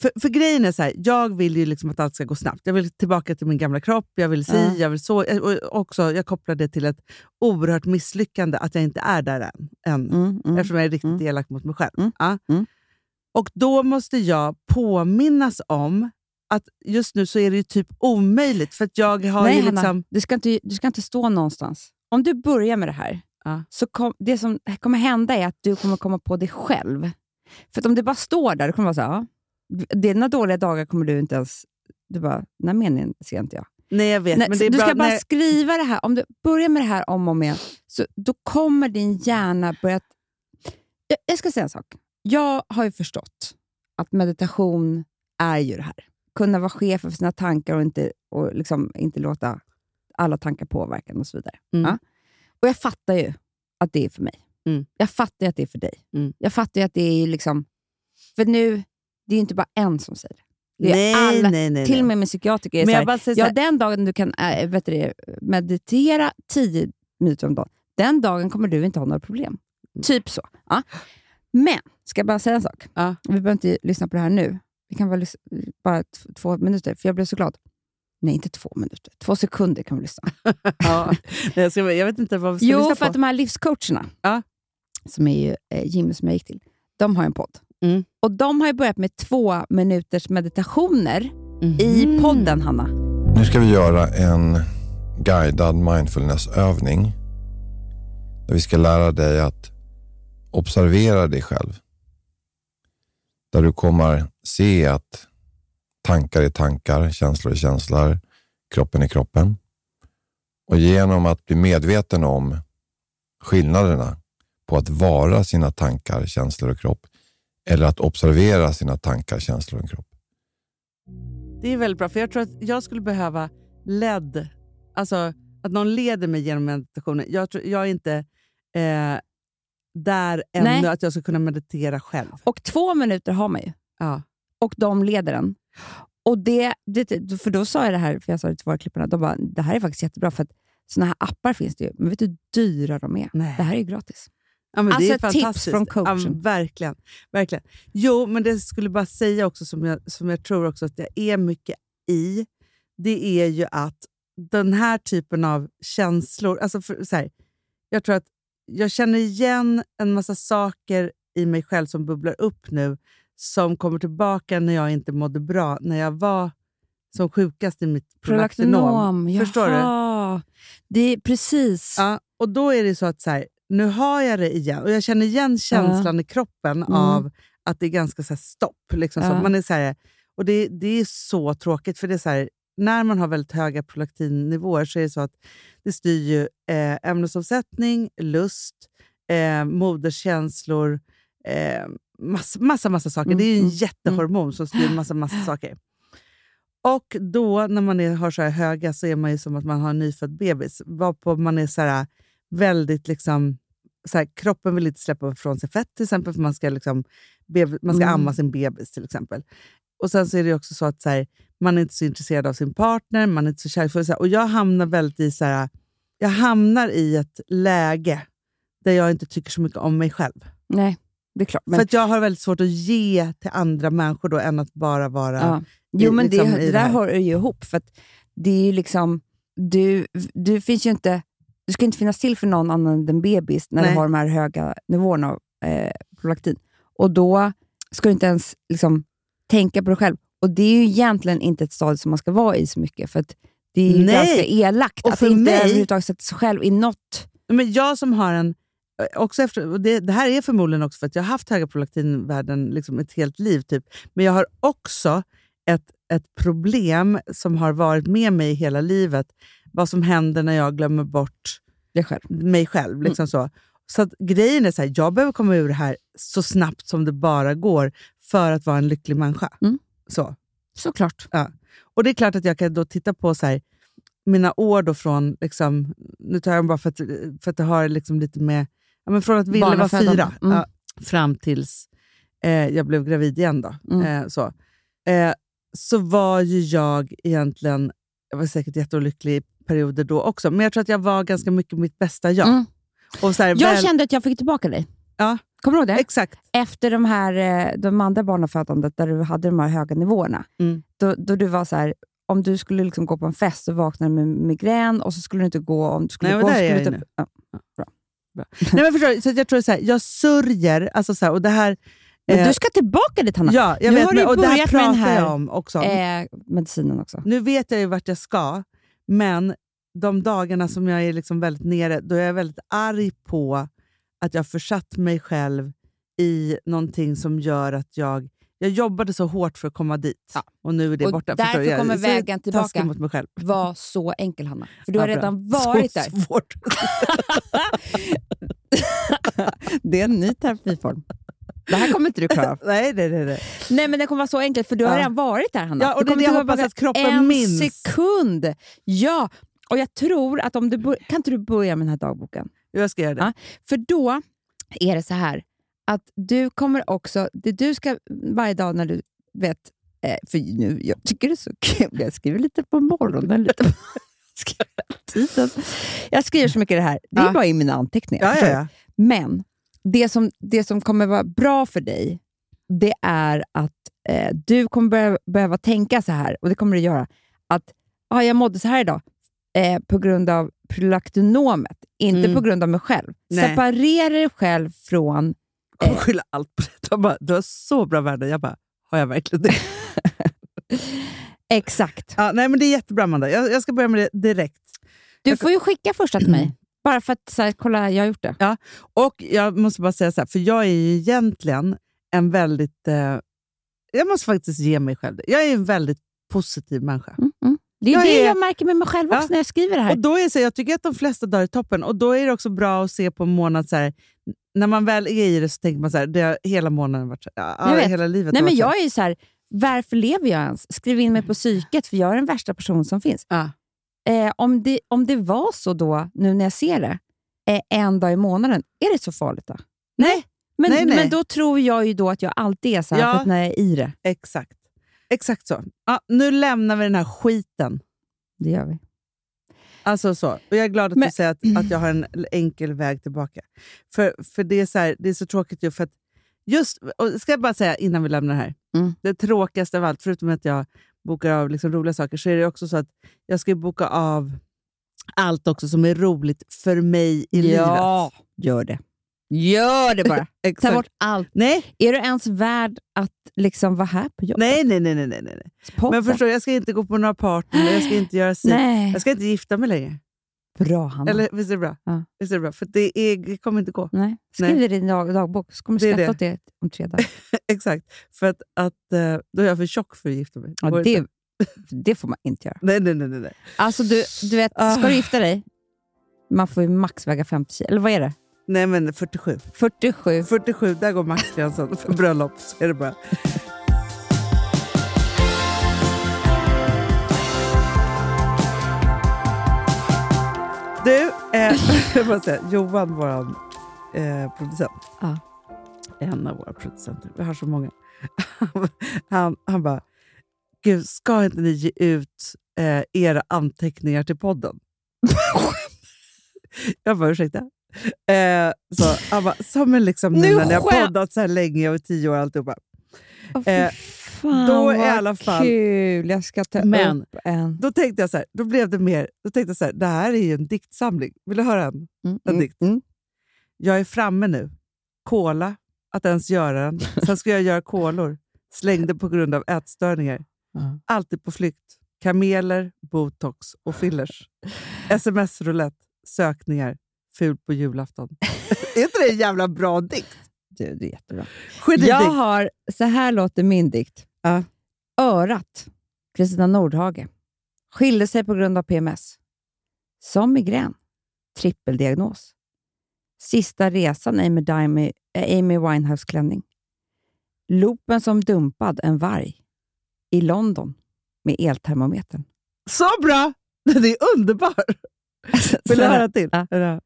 För, för grejen är så här, jag vill ju liksom att allt ska gå snabbt. Jag vill tillbaka till min gamla kropp, jag vill si, Ja. jag vill så. Jag- Och också, jag kopplar det till ett oerhört misslyckande att jag inte är där än. än Mm, mm. Eftersom jag är riktigt Mm. elak mot mig själv. Mm. Ja. Mm. Och då måste jag påminnas om att just nu så är det ju typ omöjligt. För att jag har Nej, ju Hanna, liksom... du, ska inte, du ska inte stå någonstans. Om du börjar med det här, Ja. så kom, det som kommer hända är att du kommer komma på det själv. För att om det bara står där, då kommer det vara så här, ja, dina dåliga dagar kommer du inte ens... Du bara, den här meningen ser inte jag. Nej, jag vet. Nej, men det är du bra, ska bara när- skriva det här. Om du börjar med det här om och om igen, så då kommer din hjärna börja... Jag, jag ska säga en sak. Jag har ju förstått att meditation är ju det här. Kunna vara chef för sina tankar och inte, och liksom inte låta alla tankar påverka en och så vidare. Mm. Ja. Och jag fattar ju att det är för mig. Mm. Jag fattar ju att det är för dig. Mm. Jag fattar ju att det är ju liksom... För nu, det är ju inte bara en som säger det. det är nej, alla- nej, nej, nej. Till och med min psykiatriker men är så här, jag bara säger så Ja, här, den dagen du kan äh, vet du, det, meditera 10 minuter om dagen, den dagen kommer du inte ha några problem. Mm. Typ så. Ja. Men, ska jag bara säga en sak? Ja. Vi behöver inte lyssna på det här nu. Vi kan bara, lys- bara t- två minuter, för jag blev så glad. Nej, inte två minuter. Två sekunder kan vi lyssna. ja. Nej, jag, ska, jag vet inte vad vi ska lyssna Jo, på. för att de här livscoacherna, Ja. som är ju eh, gym som jag gick till, de har en podd. Mm. Och de har ju börjat med två minuters meditationer Mm. i podden, Hanna. Nu ska vi göra en guidad mindfulnessövning. Där vi ska lära dig att observera dig själv. Där du kommer se att tankar är tankar, känslor är känslor, kroppen är kroppen. Och genom att bli medveten om skillnaderna på att vara sina tankar, känslor och kropp eller att observera sina tankar, känslor och kropp. Det är väldigt bra, för jag tror att jag skulle behöva ledd. Alltså att någon leder mig genom meditationen. Jag, tror, jag är inte eh, där ännu Nej. att jag ska kunna meditera själv. Och två minuter har man ju. Ja. Och de leder den. Och det, det, för då sa jag det här, för jag sa det till våra klipparna, de bara, det här är faktiskt jättebra för att sådana här appar finns det ju. Men vet du hur dyra de är? Det här är ju gratis. Ja, men alltså det är ett fantastiskt. tips från Ja, coachen. men verkligen, verkligen. Jo, men det jag skulle bara säga också som jag, som jag tror också att jag är mycket i, det är ju att den här typen av känslor... Alltså för, så här, jag tror att jag känner igen en massa saker i mig själv som bubblar upp nu som kommer tillbaka när jag inte mådde bra, när jag var som sjukast i mitt prolaktinom. Prolaktinom, Förstår du? jaha. Det är precis. Ja, och då är det så att så här, nu har jag det igen. Och jag känner igen känslan Ja. i kroppen Mm. av att det är ganska så här stopp. Liksom, så Ja. att man är så här, och det, det är så tråkigt, för det är så här, när man har väldigt höga prolaktinnivåer så är det så att det styr ju eh, ämnesomsättning, lust, eh, moderskänslor, eh, massa, massa, massa saker. Mm, Det är ju en mm, jättehormon som styr massa, massa saker. Och då när man är, har så här höga så är man ju som att man har en nyfödd bebis. Varpå man är så här, väldigt liksom... Så här, kroppen vill inte släppa ifrån sig fett till exempel för man ska, liksom, bebis, man ska Mm. amma sin bebis till exempel. Och sen så är det ju också så att så här, man är inte så intresserad av sin partner, man är inte så kärleksfull. Så här, och jag hamnar väldigt i så här, jag hamnar i ett läge där jag inte tycker så mycket om mig själv. Nej, det är klart. men- För att jag har väldigt svårt att ge till andra människor då, än att bara vara... Ja. i- Jo, men liksom det, i det där här. hör ju ihop. För att det är ju liksom, du, du finns ju inte, du ska inte finnas till för någon annan än bebis när Nej. du har de här höga nivåerna av eh, prolaktin. Och då ska du inte ens liksom, tänka på dig själv. Och det är ju egentligen inte ett stadie som man ska vara i så mycket. För att det är ju Nej. ganska elakt Och att för inte mig- överhuvudtaget sätta sig själv i något. Men jag som har en... eh, Också efter, och det, det här är förmodligen också för att jag har haft höga prolaktinvärden liksom ett helt liv. typ. Men jag har också ett, ett problem som har varit med mig hela livet. Vad som händer när jag glömmer bort mig själv. Mm. Liksom så så att grejen är så här, jag behöver komma ur det här så snabbt som det bara går för att vara en lycklig människa. Mm. Så. Såklart. Ja. Och det är klart att jag kan då titta på så här, mina år då från, liksom, nu tar jag dem bara för att, för att det har liksom lite med, ja, men från att Ville var Barnafödande. fyra Mm. ja, fram tills eh, jag blev gravid igen. Då. Mm. Eh, så. Eh, så var ju jag egentligen, jag var säkert jätteolycklig i perioder då också, men jag tror att jag var ganska mycket mitt bästa jag. Och så här, Mm. Jag väl- kände att jag fick tillbaka dig. Ja. Kommer du ihåg det? Exakt. Efter de, här, eh, de andra barnafödandet, där du hade de här höga nivåerna, då, då du var så här, om du skulle liksom gå på en fest och vakna med migrän och så skulle du inte gå om du skulle Nej, men gå... där är skulle jag du ju typ- nu. ja. Nej, men förstår, du? så att jag tror så här, jag sörjer, alltså så här, och det här... Men du ska tillbaka dit, Hanna. Ja, jag Mm. Nu vet, har du men, ju och det här börjat med den pratar här, jag om också. eh, medicinen också. Nu vet jag ju vart jag ska, men de dagarna som jag är liksom väldigt nere, då är jag väldigt arg på att jag försatt mig själv i någonting som gör att jag... Jag jobbade så hårt för att komma dit och nu är det Och borta. därför förstår du? Jag är kommer så vägen taskig tillbaka. mot mig själv. Var så enkel, Hanna. För du har Ja, bra. redan varit Så där. svårt. det är en ny terapiform. Det här kommer inte du klara av. nej, nej, nej, nej. Nej, men det kommer vara så enkelt, för du har Ja. redan varit där, Hanna. Ja, och Du det är kommer det jag inte hoppas behöva att kroppen en minns. sekund. Ja, och jag tror att om du bör- Kan inte du börja med den här dagboken? Jag ska göra det. Ja, för då är det så här att du kommer också... Det du ska varje dag när du vet... eh, För nu, jag tycker det är så kul. Jag skriver lite på morgonen, lite på tiden. Jag skriver så mycket i det här. Det är Ja. bara i mina anteckningar. Ja, ja, förstår du? ja. Men det som, det som kommer vara bra för dig, det är att eh, du kommer börja, behöva tänka så här, och det kommer du göra, att ah, jag mådde så här idag eh, på grund av prolaktinomet, inte Mm. på grund av mig själv. Nej. Separera dig själv från... Jag Eh. kommer skylla allt på det. De bara, du har så bra värden. Jag bara, har jag verkligen det? Exakt. Ja, nej, men det är jättebra, Amanda. Jag, jag ska börja med det direkt. Du får ju skicka första till mig. Bara för att så här, kolla, jag har gjort det. Ja, och jag måste bara säga så här, för jag är ju egentligen en väldigt... Eh, jag måste faktiskt ge mig själv det. Jag är en väldigt positiv människa. Mm, Det är Jag det är- jag märker med mig själv också Ja. när jag skriver det här. Och då är det så, här, jag tycker att de flesta dagar är toppen och då är det också bra att se på en månad så här, när man väl är i det så tänker man så här, det har hela månaden varit så här, ja, Jag vet. hela livet Nej, har men varit så här. jag är ju så här, varför lever jag ens? Skriv in mig Mm. på psyket, för jag är den värsta person som finns. Eh, om, det, om det var så då, nu när jag ser det, eh, en dag i månaden, är det så farligt då? Nej. Men, Nej, nej. men då tror jag ju då att jag alltid är så här, Ja. för att när jag är i det. Exakt. Exakt så. Ja, nu lämnar vi den här skiten. Det gör vi. Alltså så. Och jag är glad att Men- du säger att, att jag har en enkel väg tillbaka. För, för det, är så här, det är så tråkigt ju. För att just, och ska jag bara säga innan vi lämnar det här. Mm. Det tråkigaste av allt, förutom att jag bokar av liksom roliga saker, så är det också så att jag ska ju boka av allt också som är roligt för mig i Ja, livet. gör det. Gör det bara. Ta Exakt. bort allt. Nej. Är du ens värd att liksom vara här på jobbet? Nej, nej, nej, nej, nej, nej. Spotta. Men förstår, du, jag ska inte gå på några partyn, jag ska inte göra si. Nej. Jag ska inte gifta mig längre. Bra Hanna. Eller, visst är det bra? Ja. Visst är det bra? För det, är, det kommer inte gå. Nej. Skriv Nej. det i din dag, dagbok, så kommer du Det är skratta det. åt det om tre dagar. Exakt. För att, att eh, då är jag för tjock för att gifta mig. Ja, Går det, inte. det får man inte göra. Nej, nej, nej. nej, nej. Alltså du, du vet, ska Ah. du gifta dig, man får ju max väga 50 kilo. Eller vad är det? nej men 47. 47. 47, där går maxgränsen för bröllop. Så är det bara. Du, eh, jag måste säga, Johan, vår eh, producent. Ja. En av våra producenter. Vi har så många. Han, han bara, Gud, ska inte ni ge ut eh, era anteckningar till podden? jag bara, ursäkta? Eh, så han bara, som en liksom nu, Nu när ni har skäm- poddat så här länge och tio år och alltihopa. Åh, fy Eh, fan, då vad i alla fall- kul! Jag ska ta Men- upp en. Då tänkte jag så här, då blev det mer, då tänkte jag så här, det här är ju en diktsamling. Vill du höra en, Mm, en mm, dikt? Jag är framme nu. Kola, att ens göra den. Sen ska jag göra kolor. Slängde på grund av ätstörningar. Ja. Alltid på flykt. Kameler, botox och fillers. Sms-roulette, sökningar, ful på julafton. är inte det en jävla bra dikt? Du, det är jättebra. Genidikt. Jag har, så här låter min dikt. Ja. Örat, Kristina Nordhage. Skilde sig på grund av PMS. Som migrän. Trippeldiagnos. Sista resan Amy, Dimey, eh, Amy Winehouse-klänning. Loopen som dumpad en varg. I London med eltermometern. Så bra! Den är underbar! Vill du Så- höra till? Ja. Ja.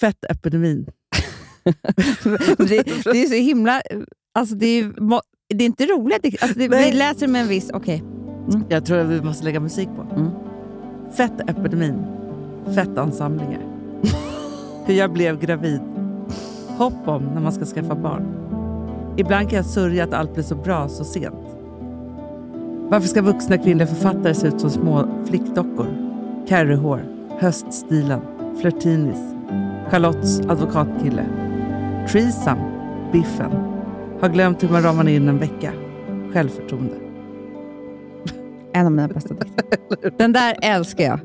Fettepidemin. det, det är så himla... Alltså det, är, ju må- det är inte roligt. Det- Alltså det, vi Nej. läser med en viss... Okej. Jag tror att vi måste lägga musik på. Mm. Fettepidemin. Fettansamlingar. Hur jag blev gravid. Hopp om när man ska skaffa barn. Ibland kan jag sörja att allt blir så bra så sent. Varför ska vuxna kvinnliga författare se ut som små flickdockor? Carryhår, höststilen, flirtinis, Charlottes advokatkille, Trisam, biffen. Har glömt hur man ramar in en vecka. Självförtroende. En av mina bästa dikter. Den där älskar jag.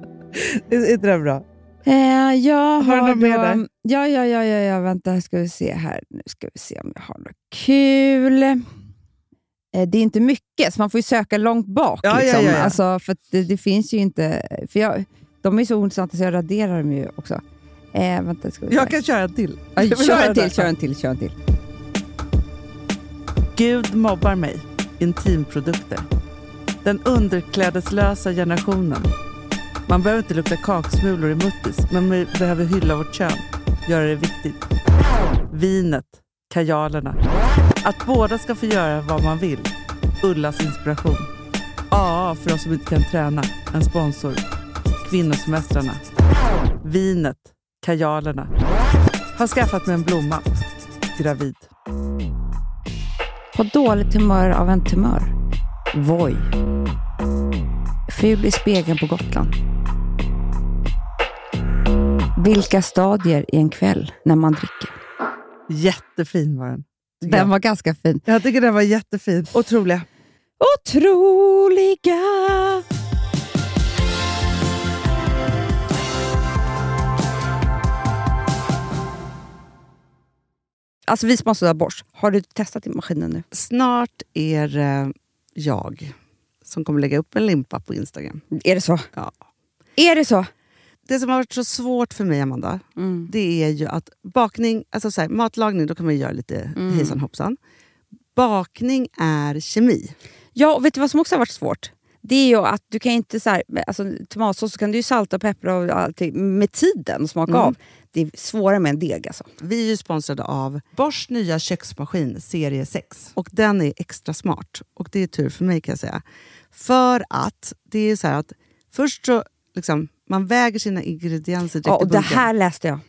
Är inte det bra? Eh, jag Har har du något mer då- där? Ja, ja, ja, ja, ja, vänta, här ska vi se här. Nu ska vi se om jag har något kul. Eh, det är inte mycket, så man får ju söka långt bak. Ja, ja, liksom. ja, ja. Alltså, för att det, det finns ju inte... För jag, de är så ointressanta så jag raderar dem ju också. Eh, vänta, ska vi se. Jag kan köra en till. Ja, Jag vill kör höra en till, den. kör en till, kör en till. Gud mobbar mig. Intimprodukter. Den underklädeslösa generationen. Man behöver inte lukta kaksmulor i muttis, men vi behöver hylla vårt kön. Göra det viktigt. Vinet. Kajalerna. Att båda ska få göra vad man vill. Ullas inspiration. AA för oss som inte kan träna. En sponsor. Kvinnosemestrarna. Vinet. Kajalerna. Har skaffat mig en blomma. Gravid. På dåligt humör av en tumör. Voi. Ful i spegeln på Gotland. Vilka stadier i en kväll när man dricker. Jättefin var den. tycker Den var ganska fin. jag. jag tycker den var jättefin. Otroliga. otroliga. Alltså vi som har sådär borst, har du testat i maskinen nu? Snart är det jag som kommer lägga upp en limpa på Instagram. Är det så? Ja. Är det så? Det som har varit så svårt för mig, Amanda, Mm. det är ju att bakning... Alltså så här, matlagning, då kan man ju göra lite Mm. hejsan hoppsan. Bakning är kemi. Ja, och vet du vad som också har varit svårt? Det är ju att du kan inte så här, alltså, tomatsås så kan du ju salta och peppra och allting med tiden och smaka Mm. av. Det är svårare med en deg alltså. Vi är ju sponsrade av Bors nya köksmaskin serie 6. Och den är extra smart. Och det är tur för mig kan jag säga. För att det är så här att först så liksom, man väger sina ingredienser direkt Ja, och i det bunken. här läste jag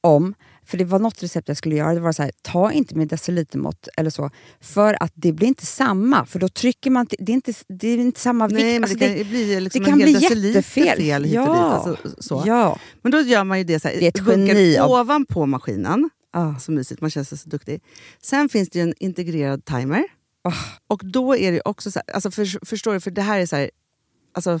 om. För det var något recept jag skulle göra. Det var så här, ta inte med decilitermått eller så. För att det blir inte samma. För då trycker man... till- Det är inte, det är inte samma vikt. Nej, men Alltså, det kan ju bli liksom det kan en hel bli deciliter jättefel. fel hit och dit. Ja. Alltså, så. Ja. Men då gör man ju det så här, Det är ett bunkar geni av- Ah. ovanpå maskinen. Så mysigt, man känns så duktig. Sen finns det ju en integrerad timer. Ah. Och då är det ju också så här, alltså för, förstår du, för det här är så här, alltså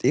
Det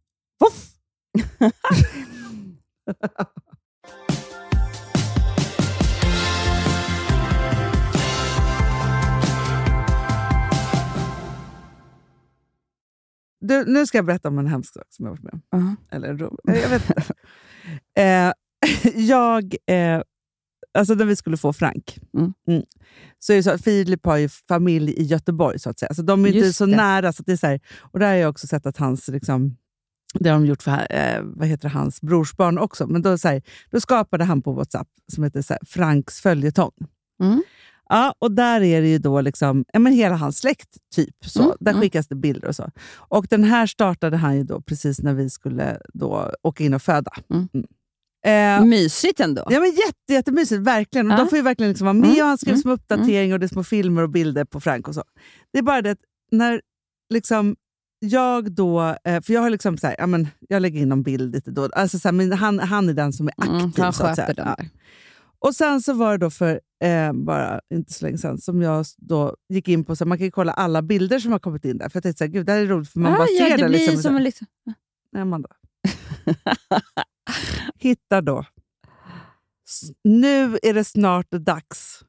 Voff! Du, nu ska jag berätta om en hemsk sak som jag varit med om. Uh-huh. Eller ro, jag vet inte. eh, jag, eh, alltså när vi skulle få Frank, mm, så är det så att Filip har ju familj i Göteborg, så att säga. Alltså, de är inte Just så det. nära. Så att det är så här, och där har jag också sett att hans, liksom, det har de gjort för eh, vad heter det, hans brorsbarn också. Men då, så här, då skapade han på WhatsApp, som heter så här, Franks följetong. Mm. Ja, och där är det ju då liksom, ja, men hela hans släkt, typ. Så. Mm, där skickas det bilder och så. Och den här startade han ju då precis när vi skulle då åka in och föda. Mm. Eh, Mysigt ändå. Ja, men jätte, jättemysigt, verkligen. Och Ja. De får ju verkligen liksom vara med Mm, och han skriver mm, små uppdateringar och det är små filmer och bilder på Frank och så. Det är bara det att när liksom jag då, eh, för jag har liksom så här, ja, men jag lägger in någon bild lite då. Alltså så här, men han, han är den som är aktiv. Mm, han så att säga. sköter den Ja. där. Och sen så var det då för eh, bara inte så länge sedan som jag s- då gick in på, så här, man kan ju kolla alla bilder som har kommit in där. För jag tänkte så här, gud det här är roligt för man Ah, bara ser ja, det det. blir liksom, som en så. liksom... Nej, Amanda. hittar då, s- nu är det snart dags,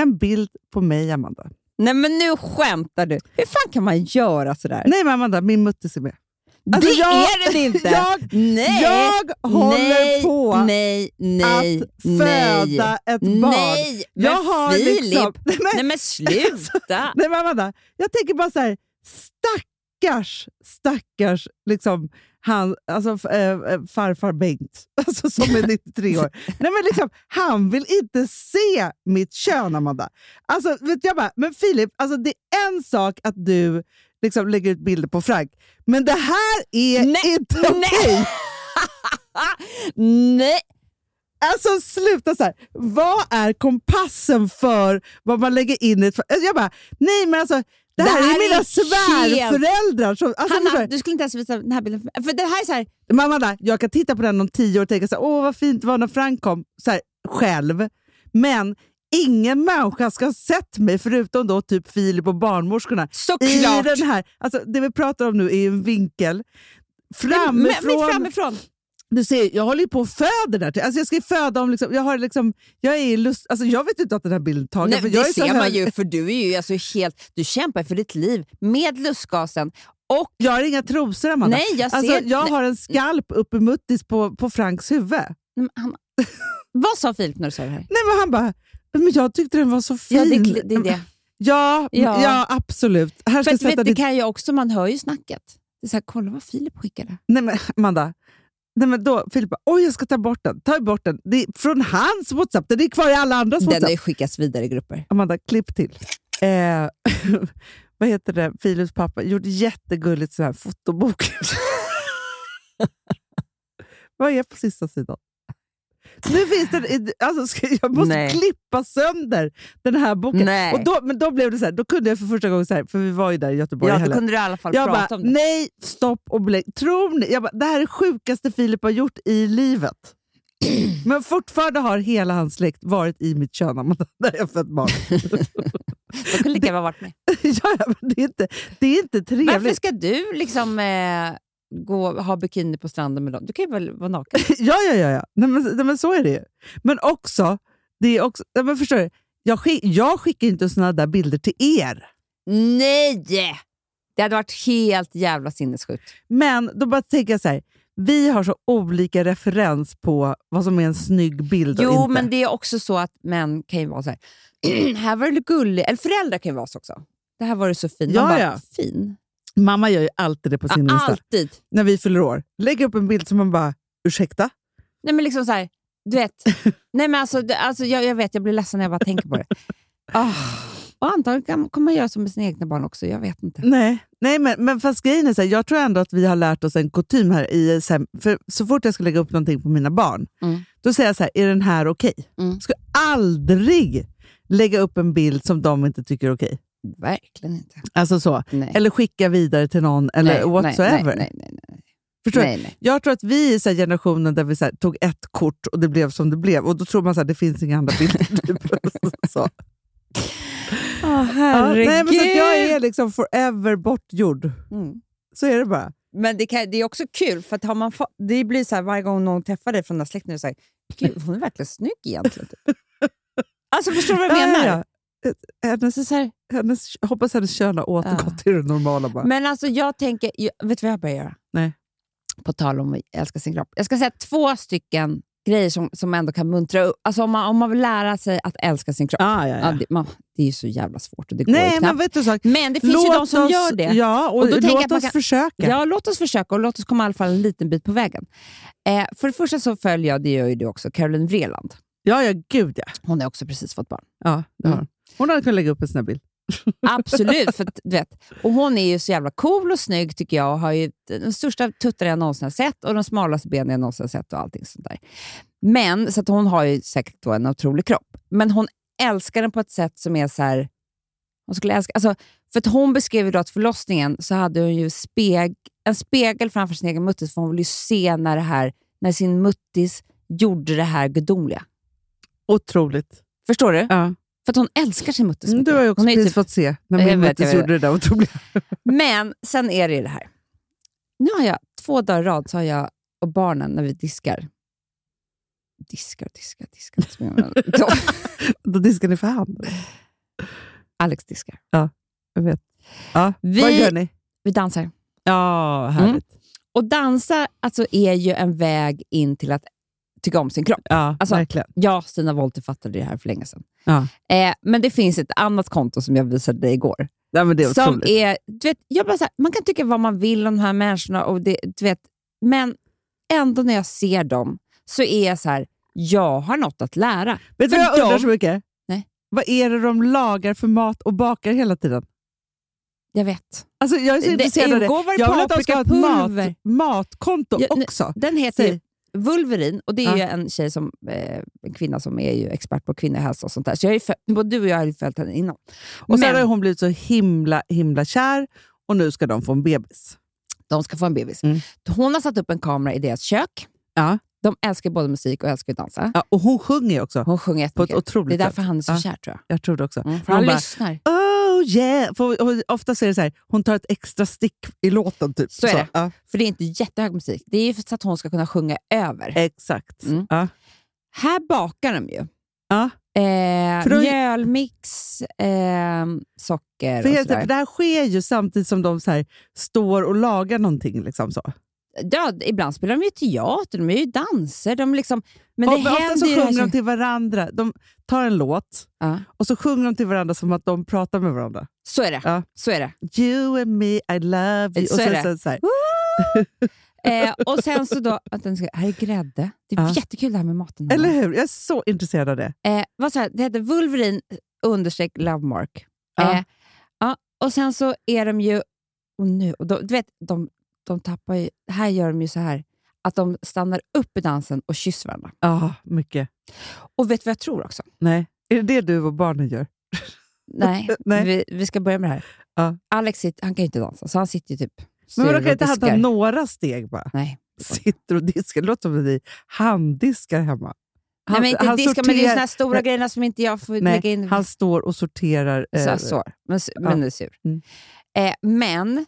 en bild på mig, Amanda. Nej men nu skämtar du. Hur fan kan man göra sådär? Nej men Amanda, min muttis är med. Alltså, det jag- är den inte! jag- nej, jag håller nej, på nej, nej, att föda nej, ett barn. Nej, men Jag har Filip! liksom- Alltså, nej, Nej, men, men- sluta! Nej, men Amanda, jag tänker bara så här, stackars, stackars liksom, han, alltså, f- eh, eh, farfar Bengt, alltså, som är 93 år. Nej, men liksom, han vill inte se mitt kön, Amanda. Alltså, vet jag bara, men Filip, alltså, det är en sak att du liksom, lägger ut bilder på Frank, men det här är inte okej. nej. Alltså sluta så här. Vad är kompassen för vad man lägger in i ett... Alltså, Jag bara, nej men alltså det här, är mina svärföräldrar. Som, alltså, Hanna, förstår du? du skulle inte ens visa den här bilden för mig. För det här är så här, Men Amanda, jag kan titta på den om tio år och tänka så här, åh vad fint det var när Frank kom så här, själv. Men ingen människa ska ha sett mig förutom då typ Filip och barnmorskorna. I Såklart. den här, alltså, det vi pratar om nu är ju en vinkel. Framifrån, men- mitt framifrån. Du ser, jag håller ju på och föder där. Alltså jag ska ju föda om... Liksom, jag, har liksom, jag, är i lust, alltså jag vet inte att den här bilden är tagen. Nej, för det jag är så ser man hög- ju, för du är ju alltså helt... Du kämpar för ditt liv med lustgasen. Och, jag har inga trosor, Amanda. Nej, jag ser... alltså, jag nej, har en skalp uppe i muttis på, på Franks huvud. nej, men Hanna. Vad sa Filip när du sa det här? Nej, men han bara, men jag tyckte den var så fin. Ja, det är kli- det är det. Ja, Ja. ja. absolut. Här ska För, jag att, vet, sätta det ditt... kan jag också, man hör ju snacket. Det är så här, kolla vad Filip skickade. Nej, men Amanda. Nej, men då, Filip bara, oj jag ska ta bort den. Ta bort den. Det är från hans WhatsApp. Den är kvar i alla andras Den har ju WhatsApp. skickats vidare i grupper. Amanda, klipp till. Eh, vad heter det? Filips pappa gjorde jättegulligt så här fotobok. vad är på sista sidan? Nu finns det, alltså, ska- jag måste Nej. klippa sönder den här boken. Nej. Och då, men då blev det så här, då kunde jag för första gången, så här, för vi var ju där i Göteborg i Ja, då helgen. kunde du i alla fall Jag prata bara, om det. nej, stopp och belägg. Tror ni? Jag bara, det här är det sjukaste Filip har gjort i livet. Men fortfarande har hela hans släkt varit i mitt kön Amanda, när jag fött barn. Jag kunde lika gärna varit med. ja, ja, men det, är inte, det är inte Varför trevligt. ska du liksom eh, gå, ha bikini på stranden med dem? Du kan ju väl vara naken? ja, ja, ja. ja. Nej, men, nej, men så är det ju. Men också, det är också nej, men förstår du? Jag, skick, jag skickar inte såna där bilder till er. Nej! Det hade varit helt jävla sinnessjukt. Men då bara tänker jag så här, vi har så olika referens på vad som är en snygg bild och Jo, inte. men det är också så att män kan ju vara så här. här var du gullig. Eller föräldrar kan ju vara så också. Det här var du så fin. Man Ja, bara, ja. Fin? Mamma gör ju alltid det på sin Ja, Insta. alltid. När vi fyller år. Lägger upp en bild som man bara, ursäkta? Nej, men liksom så här. Du vet. Nej, men alltså, det- alltså, jag, jag vet, jag blir ledsen när jag bara tänker på det. Ah. Och antagligen kan- kommer man göra så med sina egna barn också. Jag vet inte. Nej, Nej men, men fast grejen är så här, jag tror ändå att vi har lärt oss en kutym här. I, så, här för så fort jag ska lägga upp någonting på mina barn, Mm. då säger jag så här, är den här okej? Jag ska aldrig lägga upp en bild som de inte tycker är okej. Verkligen inte. Alltså så. Nej. Eller skicka vidare till någon, eller nej, whatsoever. Nej, nej, nej, nej. Förstår du? Nej, nej. Jag tror att vi är så här generationen där vi så här, tog ett kort och det blev som det blev. Och då tror man att det finns inga andra bilder. typ. så. Oh, Ja, herregud. nej, men så att jag är liksom forever bortgjord. Mm. Så är det bara. Men det, kan, det är också kul, för att har man fa- det blir så här, varje gång någon träffar dig från den här släkten, så här, Gud, hon är verkligen snygg egentligen. typ. alltså, förstår du vad jag Ja, menar? ja, ja. Hennes, Så här, hennes, jag eh, hoppas hennes kön har återgått till det normala. Bara. men alltså, jag tänker, jag, vet du vad jag börjar göra? Nej. På tal om att älska sin kropp. Jag ska säga två stycken grejer som, som ändå kan muntra upp. Alltså, om, man, om man vill lära sig att älska sin kropp. Ah, ja, ja. det, man, det är ju så jävla svårt och det går ju Nej, men knappt. vet du en sak? Men det finns ju Låt de som oss- gör det. Ja, och, Och då tänker jag låt att man oss kan- försöka. Ja, låt oss försöka och låt oss komma i alla fall en liten bit på vägen. Eh, för det första så följer jag, det gör ju du också, Caroline Vreeland. ja, ja, gud ja. Hon har också precis fått barn. ja det mm. har. hon. Hon hade kunnat lägga upp en sån här bild. Absolut, för att, du vet. Och hon är ju så jävla cool och snygg tycker jag och har ju den största tuttarna jag någonsin har sett och de smalaste benen jag någonsin har sett och allting sånt där. Men, så att hon har ju säkert då en otrolig kropp. Men hon älskar den på ett sätt som är så här... Hon skulle älska... Alltså, för att hon beskrev ju då att förlossningen så hade hon ju speg, en spegel framför sin egen muttis för hon ville ju se när, det här, när sin muttis gjorde det här gudomliga. Otroligt. Förstår du? Ja. För att hon älskar sin muttis. Mm, mycket. Du har ju också Hon Mm, är ju precis typ- fått se Jag när min vet, jag muttis vet. gjorde det där otroliga. Men sen är det ju det här. Nu har jag två dagar i rad så har jag och barnen när vi diskar. Diskar och diskar, diskar. diskar. Då, då diskar ni för hand? Alex diskar. Ja, jag vet. Ja, Vi- vad gör ni? Mm. Vi dansar. Ja, härligt. Och dansa alltså, är ju en väg in till att tycka om sin kropp. Ja, Alltså, verkligen. Ja, Stina Wollter fattade det här för länge sedan. Ja. Eh, men det finns ett annat konto som jag visade dig igår. Ja, men det är som otroligt. är, du vet, jag bara så här, man kan tycka vad man vill om de här människorna, och det, du vet, men ändå när jag ser dem så är jag så här, jag har något att lära. Vet du För vad jag undrar de- så mycket? Nej. Vad är det de lagar för mat och bakar hela tiden? Jag vet. Alltså, jag är så Det intresserad av det. ingår väl Jag vill att de ska ha ett mat, paprikapulver? matkonto Ja, nu- också. Den heter ju Säg. Vulverin och det är Ja. ju en, tjej som, eh, en kvinna som är ju expert på kvinnohälsa och sånt där. Så jag är ju fö- både du och jag har ju följt henne innan. Och sen Men- har hon blivit så himla himla kär och nu ska de få en bebis. De ska få en bebis. Hon har satt upp en kamera i deras kök. Mm. Ja. De älskar både musik och älskar att dansa. Ja, och hon sjunger ju också. Hon sjunger på ett jättemycket. otroligt Det är därför sätt. han är så Ja, kär, tror jag. Jag tror det också. Mm, För för han hon bara, lyssnar. Oh yeah! För, hon- ofta så är det så här, hon tar ett extra stick i låten. Typ. Så är det. Ja, För det är inte jättehög musik. Det är ju för att hon ska kunna sjunga över. Eh. exakt. Mm. Ja. Här bakar de ju. Ja. Eh, För då- Mjölmix, eh, socker För, och helt, för sådär. det här sker ju samtidigt som de så här, står och lagar någonting. Liksom så. Ja, ibland spelar de ju teater, de är ju danser. De liksom, men det och, ofta så händer ju... det här sjunger de som- till varandra. De tar en låt Ja, och så sjunger de till varandra som att de pratar med varandra. så är det. Ja. Så är det. You and me, I love you. Så och är sen, det. sen så här, Eh, och sen så då... Vänta, nu ska jag- här är grädde. Det är Ja. jättekul det här med maten. Eller hur? Jag är så intresserad av det. Eh, vad så här, det heter Wolverine eh, understreck Lovemark. Ja. Eh, ja, och sen så är de ju... Och nu, och de, du vet, de, de tappar ju... Här gör de ju så här att de stannar upp i dansen och kysser varandra. Ja, Ah, mycket. Och vet du vad jag tror också? Nej. Är det det du och barnen gör? Nej, Nej. Vi, vi ska börja med det här. Ja. Alex sitter, han kan ju inte dansa, så han sitter ju typ Men vadå, kan inte han han ta några steg bara? Nej. Sitter och diskar. Det låter som att ni handdiskar hemma. Nej, men inte diska, men det är ju sorterar- såna här stora Nej. grejerna som inte jag får lägga Nej, in. han står och sorterar. eh, så, så, men, s- men nu är sur. Mm. Eh, men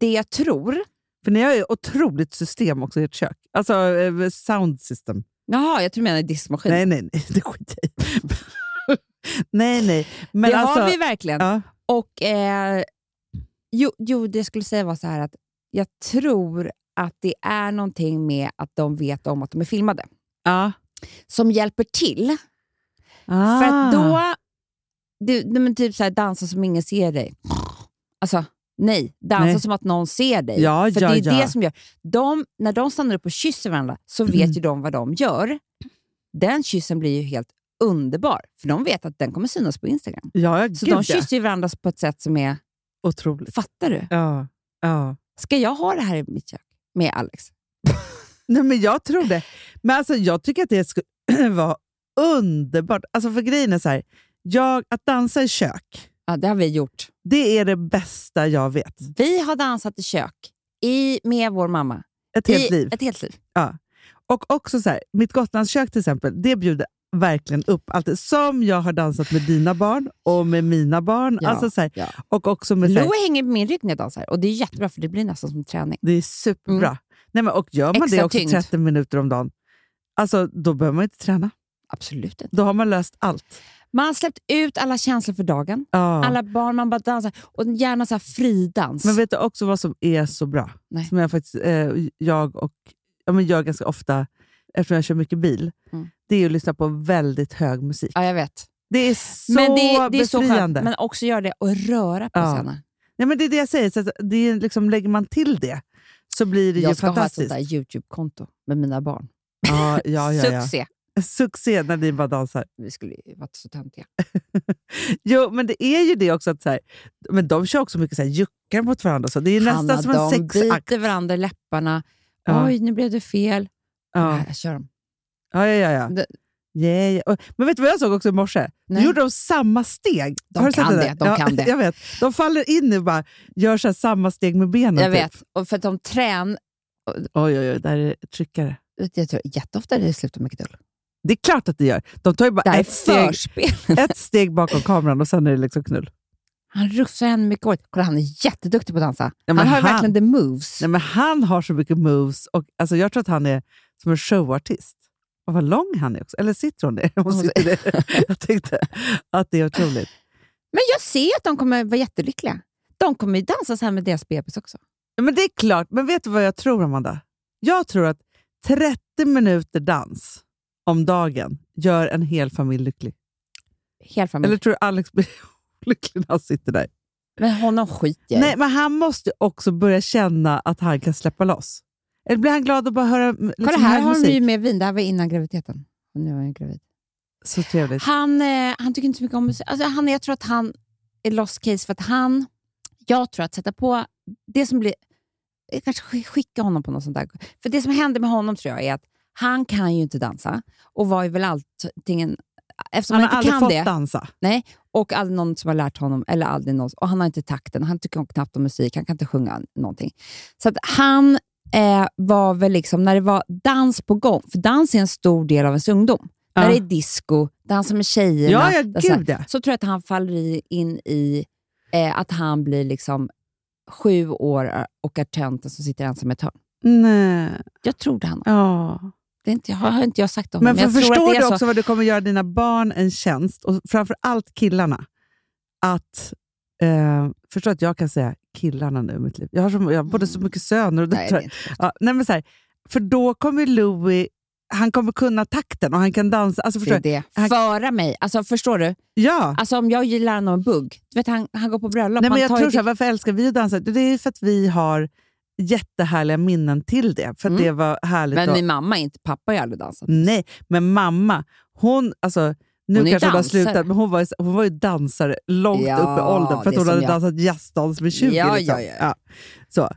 det jag tror... För ni har ju otroligt system också i ert kök. Alltså eh, sound system. Jaha, jag tror du menar diskmaskin. Nej, nej, nej. Det skiter jag i. Nej, nej. Men det alltså, har vi verkligen. ja, Och, eh, jo, jo, det jag skulle säga var så här att jag tror att det är någonting med att de vet om att de är filmade ja. som hjälper till. Ah. För att då... Du, nej, men typ så här, dansa som ingen ser dig. Alltså, nej. Dansa Nej. som att någon ser dig. Ja, För ja, det är ja. det som gör... De, när de stannar upp och kysser varandra så vet Mm. ju de vad de gör. Den kyssen blir ju helt underbar, för de vet att den kommer synas på Instagram. Ja, ja, Så gud, de ja. kysser ju varandra på ett sätt som är... Otroligt. Fattar du? Ja, ja. Ska jag ha det här i mitt kök med Alex? Nej, men jag tror det. Men alltså, jag tycker att det skulle vara underbart. Alltså, för grejen är så här, jag, att dansa i kök, Ja, det har vi gjort. det är det bästa jag vet. Vi har dansat i kök i, med vår mamma. Ett helt I, liv. Ett helt liv. Och också så här, mitt Gotlandskök till exempel, det bjuder verkligen upp allt. det Som jag har dansat med dina barn och med mina barn. Ja, alltså så här, ja. Och också med så här, Louie hänger på min rygg när jag dansar och det är jättebra för det blir nästan som träning. Det är superbra. Nej, men, och gör man Mm. Extra det också tyngd. 30 minuter om dagen, alltså, då behöver man inte träna. Absolut inte. Då har man löst allt. Man har släppt ut alla känslor för dagen. Ja. Alla barn, man bara dansar. Och gärna så här fridans. Men vet du också vad som är så bra? Nej. Som jag faktiskt, eh, jag och ja, men jag ganska ofta, eftersom jag kör mycket bil, Mm. det är ju att lyssna på väldigt hög musik. ja, jag vet. Det är så men det, det är så skönt. befriande. Men också göra det och röra på Ja. sig. Anna. Nej, men det är det jag säger, så att det är liksom, lägger man till det så blir det ju Jag ska ha ett sånt fantastiskt. där YouTube-konto med mina barn. ja, ja, ja, ja. Succé! Succé när ni bara dansar. Vi skulle ju varit så töntiga. Jo, men det är ju det också att så här, men de kör också mycket så här, juckar mot varandra. och Så det är nästan Hanna, som en de sexakt. biter varandra i läpparna. Ja. Oj, nu blev det fel. Ja. Nej, jag kör dem. Ja, ja, ja. ja. Det- Yeah, yeah. Och- Men vet du vad jag såg också i morse? Nu Nej. gjorde de samma steg. De Har du sett kan där? det, de kan det. Jag vet. De faller in nu och bara gör så här samma steg med benen. Jag typ. vet. Och för att de trän... Oj, oj, oj. Där är tryckare. Jag tror jätteofta det slutar med knull. Det är klart att det gör. De tar ju Det bara här är ett steg, förspel. ett steg bakom kameran och sen är det liksom knull. Han rufsar henne mycket håret. Kolla, han är jätteduktig på att dansa. Ja, men han har han- verkligen the moves. Nej, men han har så mycket moves. Och, alltså, jag tror att han är som en showartist. Och vad lång han är också. Eller sitter hon ner? Hon sitter ner. Jag tyckte att det är otroligt. Men jag ser att de kommer vara jättelyckliga. De kommer ju dansa så här med deras bebis också. Ja, Men det är klart. Men vet du vad jag tror, Amanda? Jag tror att 30 minuter dans om dagen gör en hel familj lycklig. Hel familj. Eller tror du Alex blir lycklig när han sitter där? Men honom skiter jag i. Nej, men han måste ju också börja känna att han kan släppa loss. Eller blir han glad att bara höra liksom, Kolla här har hon musik? ju med vin. Det här var innan graviditeten. Och nu är hon gravid. Så trevligt. Han, eh, han tycker inte så mycket om musik. Alltså, han, jag tror att han är lost case för att han... Jag tror att sätta på... Det som blir... Jag kanske sk- skicka honom på något sånt där. För det som händer med honom tror jag är att han kan ju inte dansa och var ju väl allting... Eftersom Han han, har aldrig inte kan fått det, dansa. Nej, och aldrig någon som har lärt honom, eller aldrig någon, och han har inte takten, han tycker knappt om musik, han kan inte sjunga någonting. Så att han eh, var väl liksom, när det var dans på gång, för dans är en stor del av ens ungdom. Ja. När det är disco, dansa med tjejerna, Ja, ja, där så, här, gud, ja. så tror jag att han faller i- in i eh, att han blir liksom sju år eh, och är tönten som sitter ensam i ett hörn. Nej. Jag tror det han har. Ja. Det är inte, har, har inte jag sagt om Men honom, för jag tror förstår att det du är också så. vad du kommer göra dina barn en tjänst, och framför allt killarna, att eh, Förstå att jag kan säga killarna nu i mitt liv. Jag har, så, jag har både så mycket söner och Mm. Nej, det döttrar. är inte Ja, nej, men så här, för då kommer Louis, han kommer kunna takten och han kan dansa. Alltså, Det förstår är du? det. Han, Föra mig. Alltså, förstår du? ja. Alltså om jag gillar honom en bugg, du vet han, han går på bröllop. Nej, han men jag tar tror ju typ- så här, det- varför älskar vi att dansa? Det är ju för att vi har jättehärliga minnen till det. För att Mm. det var härligt. men att- min mamma är inte, pappa har ju aldrig dansat. Nej, men mamma, hon, alltså, nu Hon är kanske hon har dansare. slutat, men hon var, ju- hon var ju dansare långt Ja, upp i åldern för att det hon som hade jag. dansat jazzdans vid 20. Ja, liksom. ja, ja. Så,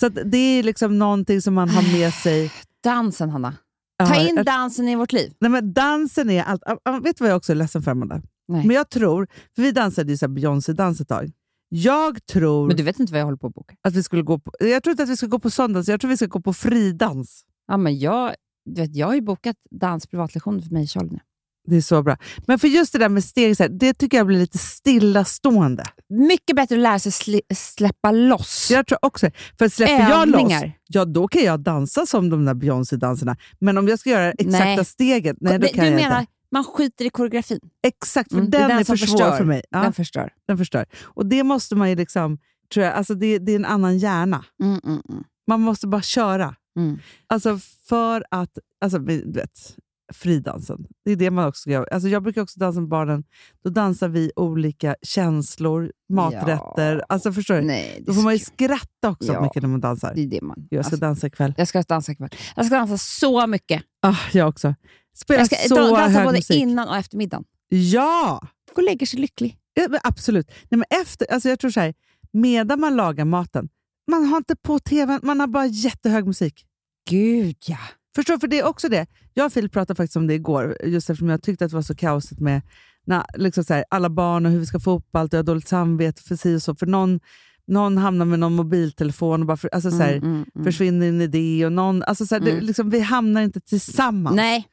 så att det är liksom någonting som man har med sig. Dansen Hanna. Ja, Ta in jag- dansen i vårt liv. Nej, men dansen är allt. Ah, ah, Vet du vad jag också är ledsen för, Amanda? Nej. Men jag tror, för vi dansade ju så här Beyoncé-dans ett tag. Jag tror Men du vet inte vad jag håller på att boka. att vi skulle gå på, jag tror inte att vi ska gå på såndans, jag tror vi ska gå på fridans. Ja, men jag, du vet, jag har ju bokat dans privatlektioner för mig i Tjold nu. Det är så bra. Men för just det där med steg, så här, det tycker jag blir lite stillastående. Mycket bättre att lära sig sli- släppa loss. Jag tror också För släpper jag loss, Övningar. ja då kan jag dansa som de där Beyoncé-danserna. Men om jag ska göra exakta Nej. steget, nej då Det- kan du jag menar, inte. man skiter i koreografin. Exakt, för Mm, det är den, den är för som svår förstör. för mig. Ja, Den förstör. den förstör. Och det måste man ju liksom, tror jag, alltså det, det är en annan hjärna. Mm, mm, mm. Man måste bara köra. Mm. Alltså för att, alltså vi- du vet, fridansen. Det är det man också gör. Alltså jag brukar också dansa med barnen. Då dansar vi olika känslor, maträtter. Alltså förstår du? Nej, det är Då får så man ju kul. skratta också Ja. mycket när man dansar. Det är det man... Jag ska alltså, dansa ikväll. jag ska dansa ikväll. Jag ska dansa så mycket. Ah, jag också. Spela Jag ska så dan- dansa hög både musik. innan och eftermiddagen. Ja! Gå och lägger sig lycklig. Ja, men absolut. Nej, men efter, alltså jag tror så här, medan man lagar maten, man har inte på tvn, man har bara jättehög musik. Gud ja. Förstår du? För det är också det. Jag och Filip pratade faktiskt om det igår, just eftersom jag tyckte att det var så kaosigt med när, liksom så här, alla barn och hur vi ska få upp allt. och Jag har dåligt samvete för si och så. För någon, någon hamnar med någon mobiltelefon och bara för, alltså så här, försvinner in i det. Och någon, alltså så här, det, Mm. liksom, vi hamnar inte tillsammans. Nej,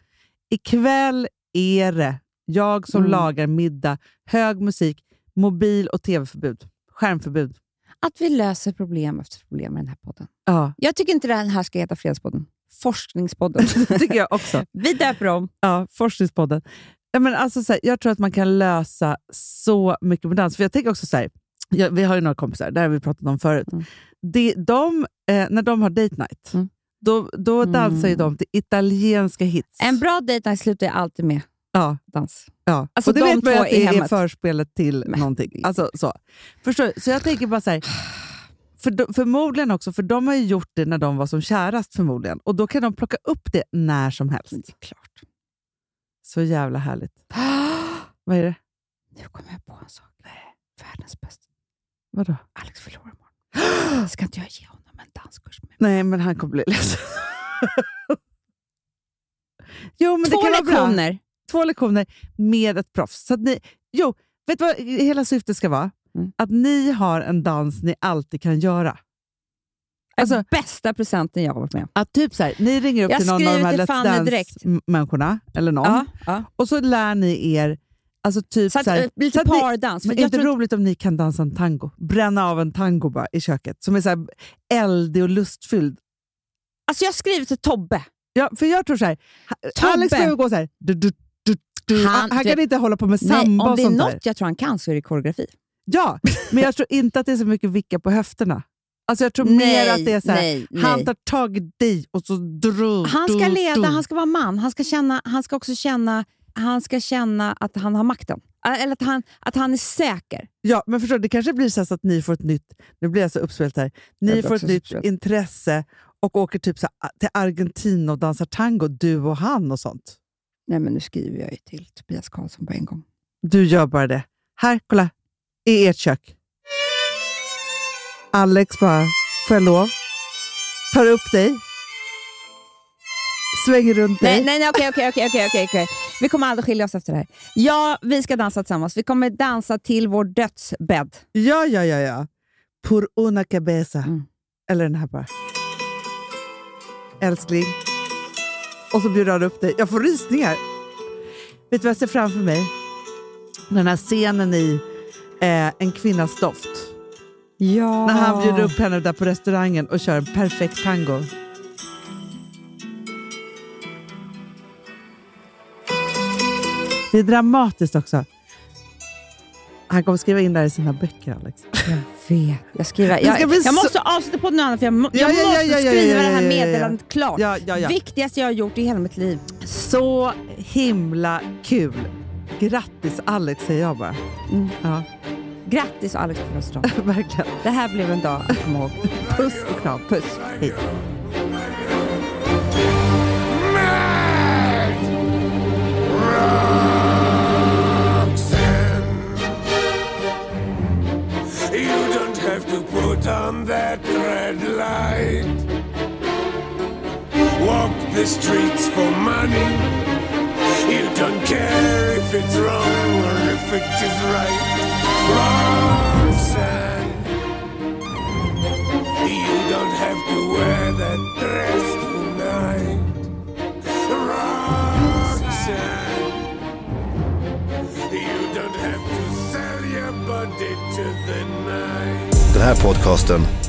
Ikväll är det jag som Mm. lagar middag, hög musik, mobil och tv-förbud. Skärmförbud. att vi löser problem efter problem med den här podden. Ja, Jag tycker inte den här ska heta Fredagspodden. Forskningspodden. det tycker jag också. vi döper om. Ja, Forskningspodden. Ja, men alltså så här, jag tror att man kan lösa så mycket med dans. För jag tänker också så här, jag, vi har ju några kompisar, det här har vi pratat om förut. Mm. Det, de, eh, när de har date night, Mm. då, då dansar ju de till italienska hits. En bra date night slutar jag alltid med Ja, dans. ja. Alltså, och det de vet man ju två att i det är hemmet. förspelet till Men- någonting. Alltså, så. Förstår, du? så jag tänker bara så här, för de, förmodligen också, för de har ju gjort det när de var som kärast förmodligen. Och då kan de plocka upp det när som helst. Men det är klart. Så jävla härligt. Vad är det? Nu kommer jag på en sak. Världens bästa. Vadå? Alex förlorar imorgon. Ska inte jag ge honom en danskurs? Med? Nej, men han kommer bli ledsen. jo, men Två det kan Vara bra. lektioner. Två lektioner med ett proffs. Så att ni, jo, vet du vad hela syftet ska vara? Mm. Att ni har en dans ni alltid kan göra. Alltså- Bästa presenten jag har varit med om. Att typ så här, ni ringer upp Jag till någon av de skriver här till Let's Fanny direkt. Dance-människorna eller någon Ja, ja. och så lär ni er Alltså typ Så att, här- eh, lite att ni- pardans, för Men jag är det tror- roligt om ni kan dansa en tango? Bränna av en tango bara i köket som är så här eldig och lustfylld. Alltså jag har skrivit till Tobbe. Ja, för jag tror så här. ha- Tobbe. Alex behöver gå så här. Du, du, du, du. Han, han kan du- inte hålla på med Nej, samba Om och det är sånt något där. jag tror han kan så är det koreografi. Ja, men jag tror inte att det är så mycket vicka på höfterna. Alltså jag tror mer Nej, att det är så här, nej, nej. han tar tag i dig och så dro, Han ska dro, dro. leda, han ska vara man. Han ska, känna, han ska också känna, han ska känna att han har makten. Eller att han, att han är säker. Ja, men förstår, du, det kanske blir så, här så att ni får ett nytt, nu blir jag så uppspelt här, Jag ni blir får ett också nytt uppspelt. intresse och åker typ så här, till Argentina och dansar tango, du och han och sånt. Nej, men nu skriver jag ju till Tobias Karlsson på en gång. Du gör bara det. Här, kolla, i ert kök. Alex bara, får jag lov? Tar upp dig. Svänger runt dig. Nej, nej, nej, okej, okej, okej, okej, okej, okej. Vi kommer aldrig skilja oss efter det här. Ja, vi ska dansa tillsammans. Vi kommer dansa till vår dödsbädd. Ja, ja, ja, ja. Por una cabeza. Eller den här bara. Älskling. Och så bjuder han upp dig. Jag får rysningar. Vet du vad jag ser framför mig? Den här scenen i eh, En kvinnas doft. Ja. När han bjuder upp henne där på restaurangen och kör en perfekt tango. Det är dramatiskt också. Han kommer skriva in det här i sina böcker, Alex. Jag vet. Jag, skriver, Det jag, ska bli jag så- måste avsluta på något annat för jag, må- Ja, jag ja, ja, måste ja, ja, skriva ja, ja, det ja, ja, här ja. meddelandet klart. Ja, ja, ja. Viktigaste jag har gjort i hela mitt liv. Så himla kul! Grattis Alex säger jag bara. Ja. Grattis Alex på födelsedagen. Verkligen. Det här blev en dag att komma ihåg. Puss och kram. Puss. Hej. You don't have to put on that red light. Walk the streets for money. You don't care if it's wrong or if it is right. Roxanne, you don't have to wear that dress tonight. Roxanne, you don't have to sell your body to the night. Den här podcasten